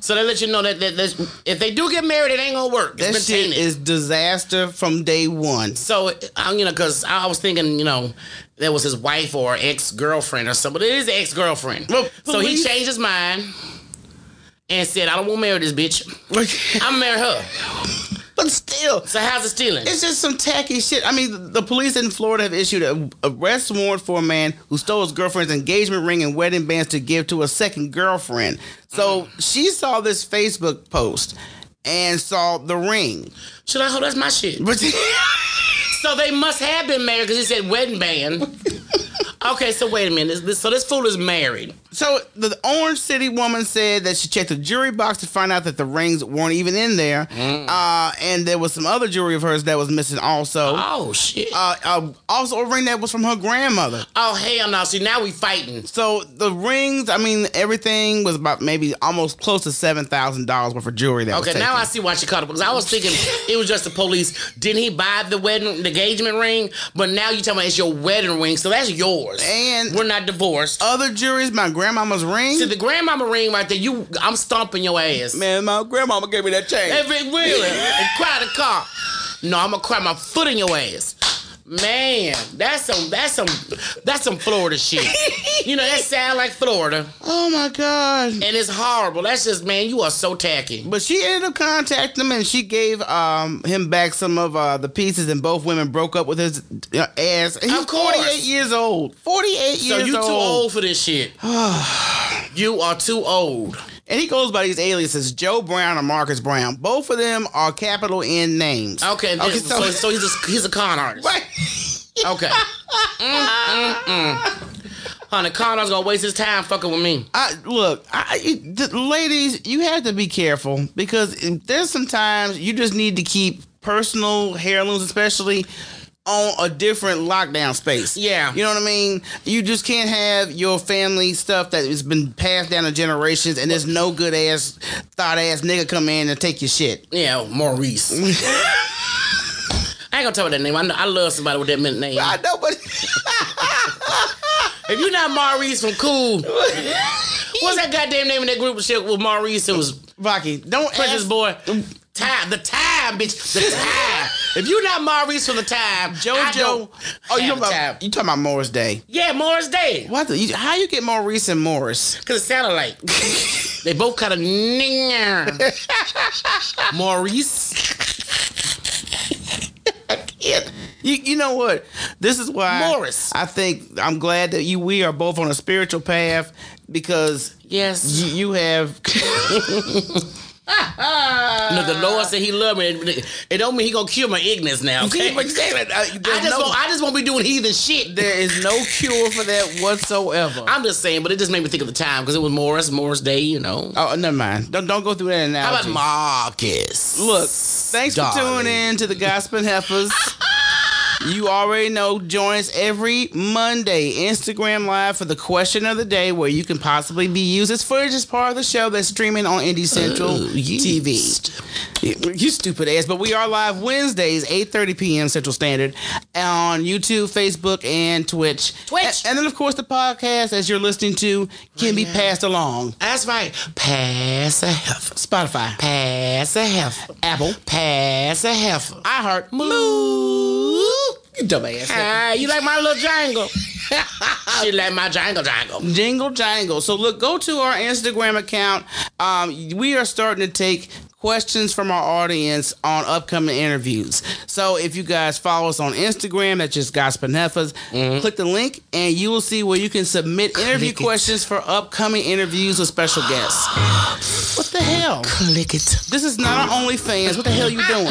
[SPEAKER 2] So they let you know that, that, that if they do get married, it ain't gonna work. It's
[SPEAKER 1] That
[SPEAKER 2] been
[SPEAKER 1] shit
[SPEAKER 2] tainted.
[SPEAKER 1] is disaster from day one.
[SPEAKER 2] So I, you know, because I was thinking, you know, that was his wife or ex girlfriend or something. But it is ex girlfriend.
[SPEAKER 1] Well,
[SPEAKER 2] so he
[SPEAKER 1] police-
[SPEAKER 2] changed his mind
[SPEAKER 1] <laughs>
[SPEAKER 2] and said, "I don't want to marry this bitch.
[SPEAKER 1] but
[SPEAKER 2] I'm marry her."
[SPEAKER 1] still, ill.
[SPEAKER 2] So how's it stealing?
[SPEAKER 1] It's just some tacky shit. I mean, the police in Florida have issued a arrest warrant for a man who stole his girlfriend's engagement ring and wedding bands to give to a second girlfriend. So she saw this Facebook post and saw the ring.
[SPEAKER 2] Should I hold? "Oh, That's my shit.
[SPEAKER 1] But <laughs>
[SPEAKER 2] So they must have been married because he said wedding band. okay, so wait a minute. This- this- so this fool is married.
[SPEAKER 1] so the Orange City woman said that she checked the jewelry box to find out that the rings weren't even in there, uh, and there was some other jewelry of hers that was missing also.
[SPEAKER 2] Oh shit.
[SPEAKER 1] Uh, uh, also, a ring that was from her grandmother.
[SPEAKER 2] oh hell no. See now we fighting.
[SPEAKER 1] So the rings, I mean, everything was about maybe almost close to seven thousand dollars worth of jewelry. That was
[SPEAKER 2] Okay, now I
[SPEAKER 1] taken.
[SPEAKER 2] see why she called the police. I was thinking it was just the police. Didn't he buy the wedding the engagement ring? But now you talking about it's your wedding ring, so that's yours.
[SPEAKER 1] And- Oh.
[SPEAKER 2] we're not divorced.
[SPEAKER 1] other jewelry's my grandmama's ring.
[SPEAKER 2] see the grandmama ring right there. You, I'm stomping your ass.
[SPEAKER 1] Man, my grandmama gave me that chain.
[SPEAKER 2] Every wheeler and cry the car. No, I'm gonna cry my foot in your ass. Man, that's some that's some that's some Florida shit. you know, that sound like Florida.
[SPEAKER 1] oh my god!
[SPEAKER 2] And it's horrible. That's just man, you are so tacky.
[SPEAKER 1] But she ended up contacting him, and she gave um, him back some of uh, the pieces, and both women broke up with his uh, ass. And he's
[SPEAKER 2] Of course.
[SPEAKER 1] forty-eight years old. Forty-eight
[SPEAKER 2] So
[SPEAKER 1] years
[SPEAKER 2] you
[SPEAKER 1] old.
[SPEAKER 2] too old for this
[SPEAKER 1] <sighs>
[SPEAKER 2] shit. you are too old.
[SPEAKER 1] And he goes by these aliases: Joe Brown and Marcus Brown. Both of them are capital N names. <laughs>
[SPEAKER 2] Okay, then, so, so, he's a he's a con artist. Okay. mm, mm, mm. Honey, con artist gonna waste his time fucking with me.
[SPEAKER 1] I look, I, you- th- ladies, you have to be careful because there's sometimes you just need to keep personal heirlooms, especially on a different lockdown space.
[SPEAKER 2] Yeah.
[SPEAKER 1] you know what I mean. You just can't have your family stuff that has been passed down to generations, and there's no good ass thought ass nigga come in and take your shit.
[SPEAKER 2] Yeah, Maurice.
[SPEAKER 1] <laughs>
[SPEAKER 2] I ain't gonna talk about that name. I, know, I love somebody with that mint name.
[SPEAKER 1] I know, but
[SPEAKER 2] If you're not Maurice from Cool, what's that goddamn name in that group of shit with Maurice? It was
[SPEAKER 1] <laughs> Rocky, don't
[SPEAKER 2] Precious
[SPEAKER 1] ask-
[SPEAKER 2] Boy. Time, the time, bitch, the time. If you're not Maurice from the time, I
[SPEAKER 1] JoJo.
[SPEAKER 2] don't
[SPEAKER 1] Oh, you
[SPEAKER 2] have
[SPEAKER 1] talking
[SPEAKER 2] time.
[SPEAKER 1] about you talking about Morris Day?
[SPEAKER 2] Yeah, Morris Day.
[SPEAKER 1] What? The, you, how you get Maurice and Morris?
[SPEAKER 2] Cause it sounded like they both kind of nigger. Maurice,
[SPEAKER 1] You, you know what? This is why
[SPEAKER 2] Morris.
[SPEAKER 1] I think I'm glad that you we are both on a spiritual path because
[SPEAKER 2] yes.
[SPEAKER 1] you, you
[SPEAKER 2] <laughs>
[SPEAKER 1] have
[SPEAKER 2] no, the Lord said He loved me. It, it don't mean He gonna cure my ignorance now. Okay?
[SPEAKER 1] But David, uh,
[SPEAKER 2] I
[SPEAKER 1] there's
[SPEAKER 2] just
[SPEAKER 1] no,
[SPEAKER 2] won't, I just won't be doing heathen shit.
[SPEAKER 1] there is no cure for that whatsoever.
[SPEAKER 2] I'm just saying, but it just made me think of the time because it was Morris, Morris Day, you know.
[SPEAKER 1] oh, never mind. Don't don't go through that
[SPEAKER 2] How about
[SPEAKER 1] analogy.
[SPEAKER 2] Marcus?
[SPEAKER 1] Look, thanks for
[SPEAKER 2] Darling.
[SPEAKER 1] tuning in to the Gospel and Heifers. You already know, join us every Monday, Instagram Live for the question of the day, where you can possibly be used as footage as part of the show that's streaming on Indie Central TV. You stupid ass. But we are live Wednesdays, 8.30 p.m. Central Standard on YouTube, Facebook, and Twitch.
[SPEAKER 2] Twitch.
[SPEAKER 1] And, and then, of course, the podcast, as you're listening to, can be passed along.
[SPEAKER 2] That's right. Pass a heifer.
[SPEAKER 1] Spotify,
[SPEAKER 2] Pass a heifer.
[SPEAKER 1] Apple,
[SPEAKER 2] Pass a heifer.
[SPEAKER 1] iHeart,
[SPEAKER 2] Moo.
[SPEAKER 1] you dumbass.
[SPEAKER 2] Ah, you like my
[SPEAKER 1] <laughs>
[SPEAKER 2] little jangle? she like my jangle jangle.
[SPEAKER 1] Jingle jangle. So look, go to our Instagram account. Um, we are starting to take questions from our audience on upcoming interviews. So if you guys follow us on Instagram, that's just Gospel Neffas, click the link and you will see where you can submit interview
[SPEAKER 2] it.
[SPEAKER 1] questions for upcoming interviews with special guests. What the hell?
[SPEAKER 2] Click it.
[SPEAKER 1] This is not our OnlyFans. What the hell you doing?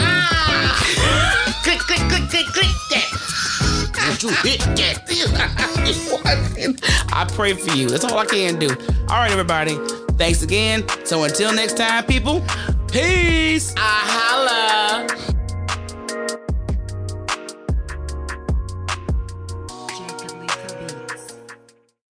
[SPEAKER 2] click, click, click, click, click that. Don't you hit that. <laughs>
[SPEAKER 1] I pray for you. That's all I can do. All right, everybody. Thanks again. So until next time, people, peace.
[SPEAKER 2] I Ah, holla.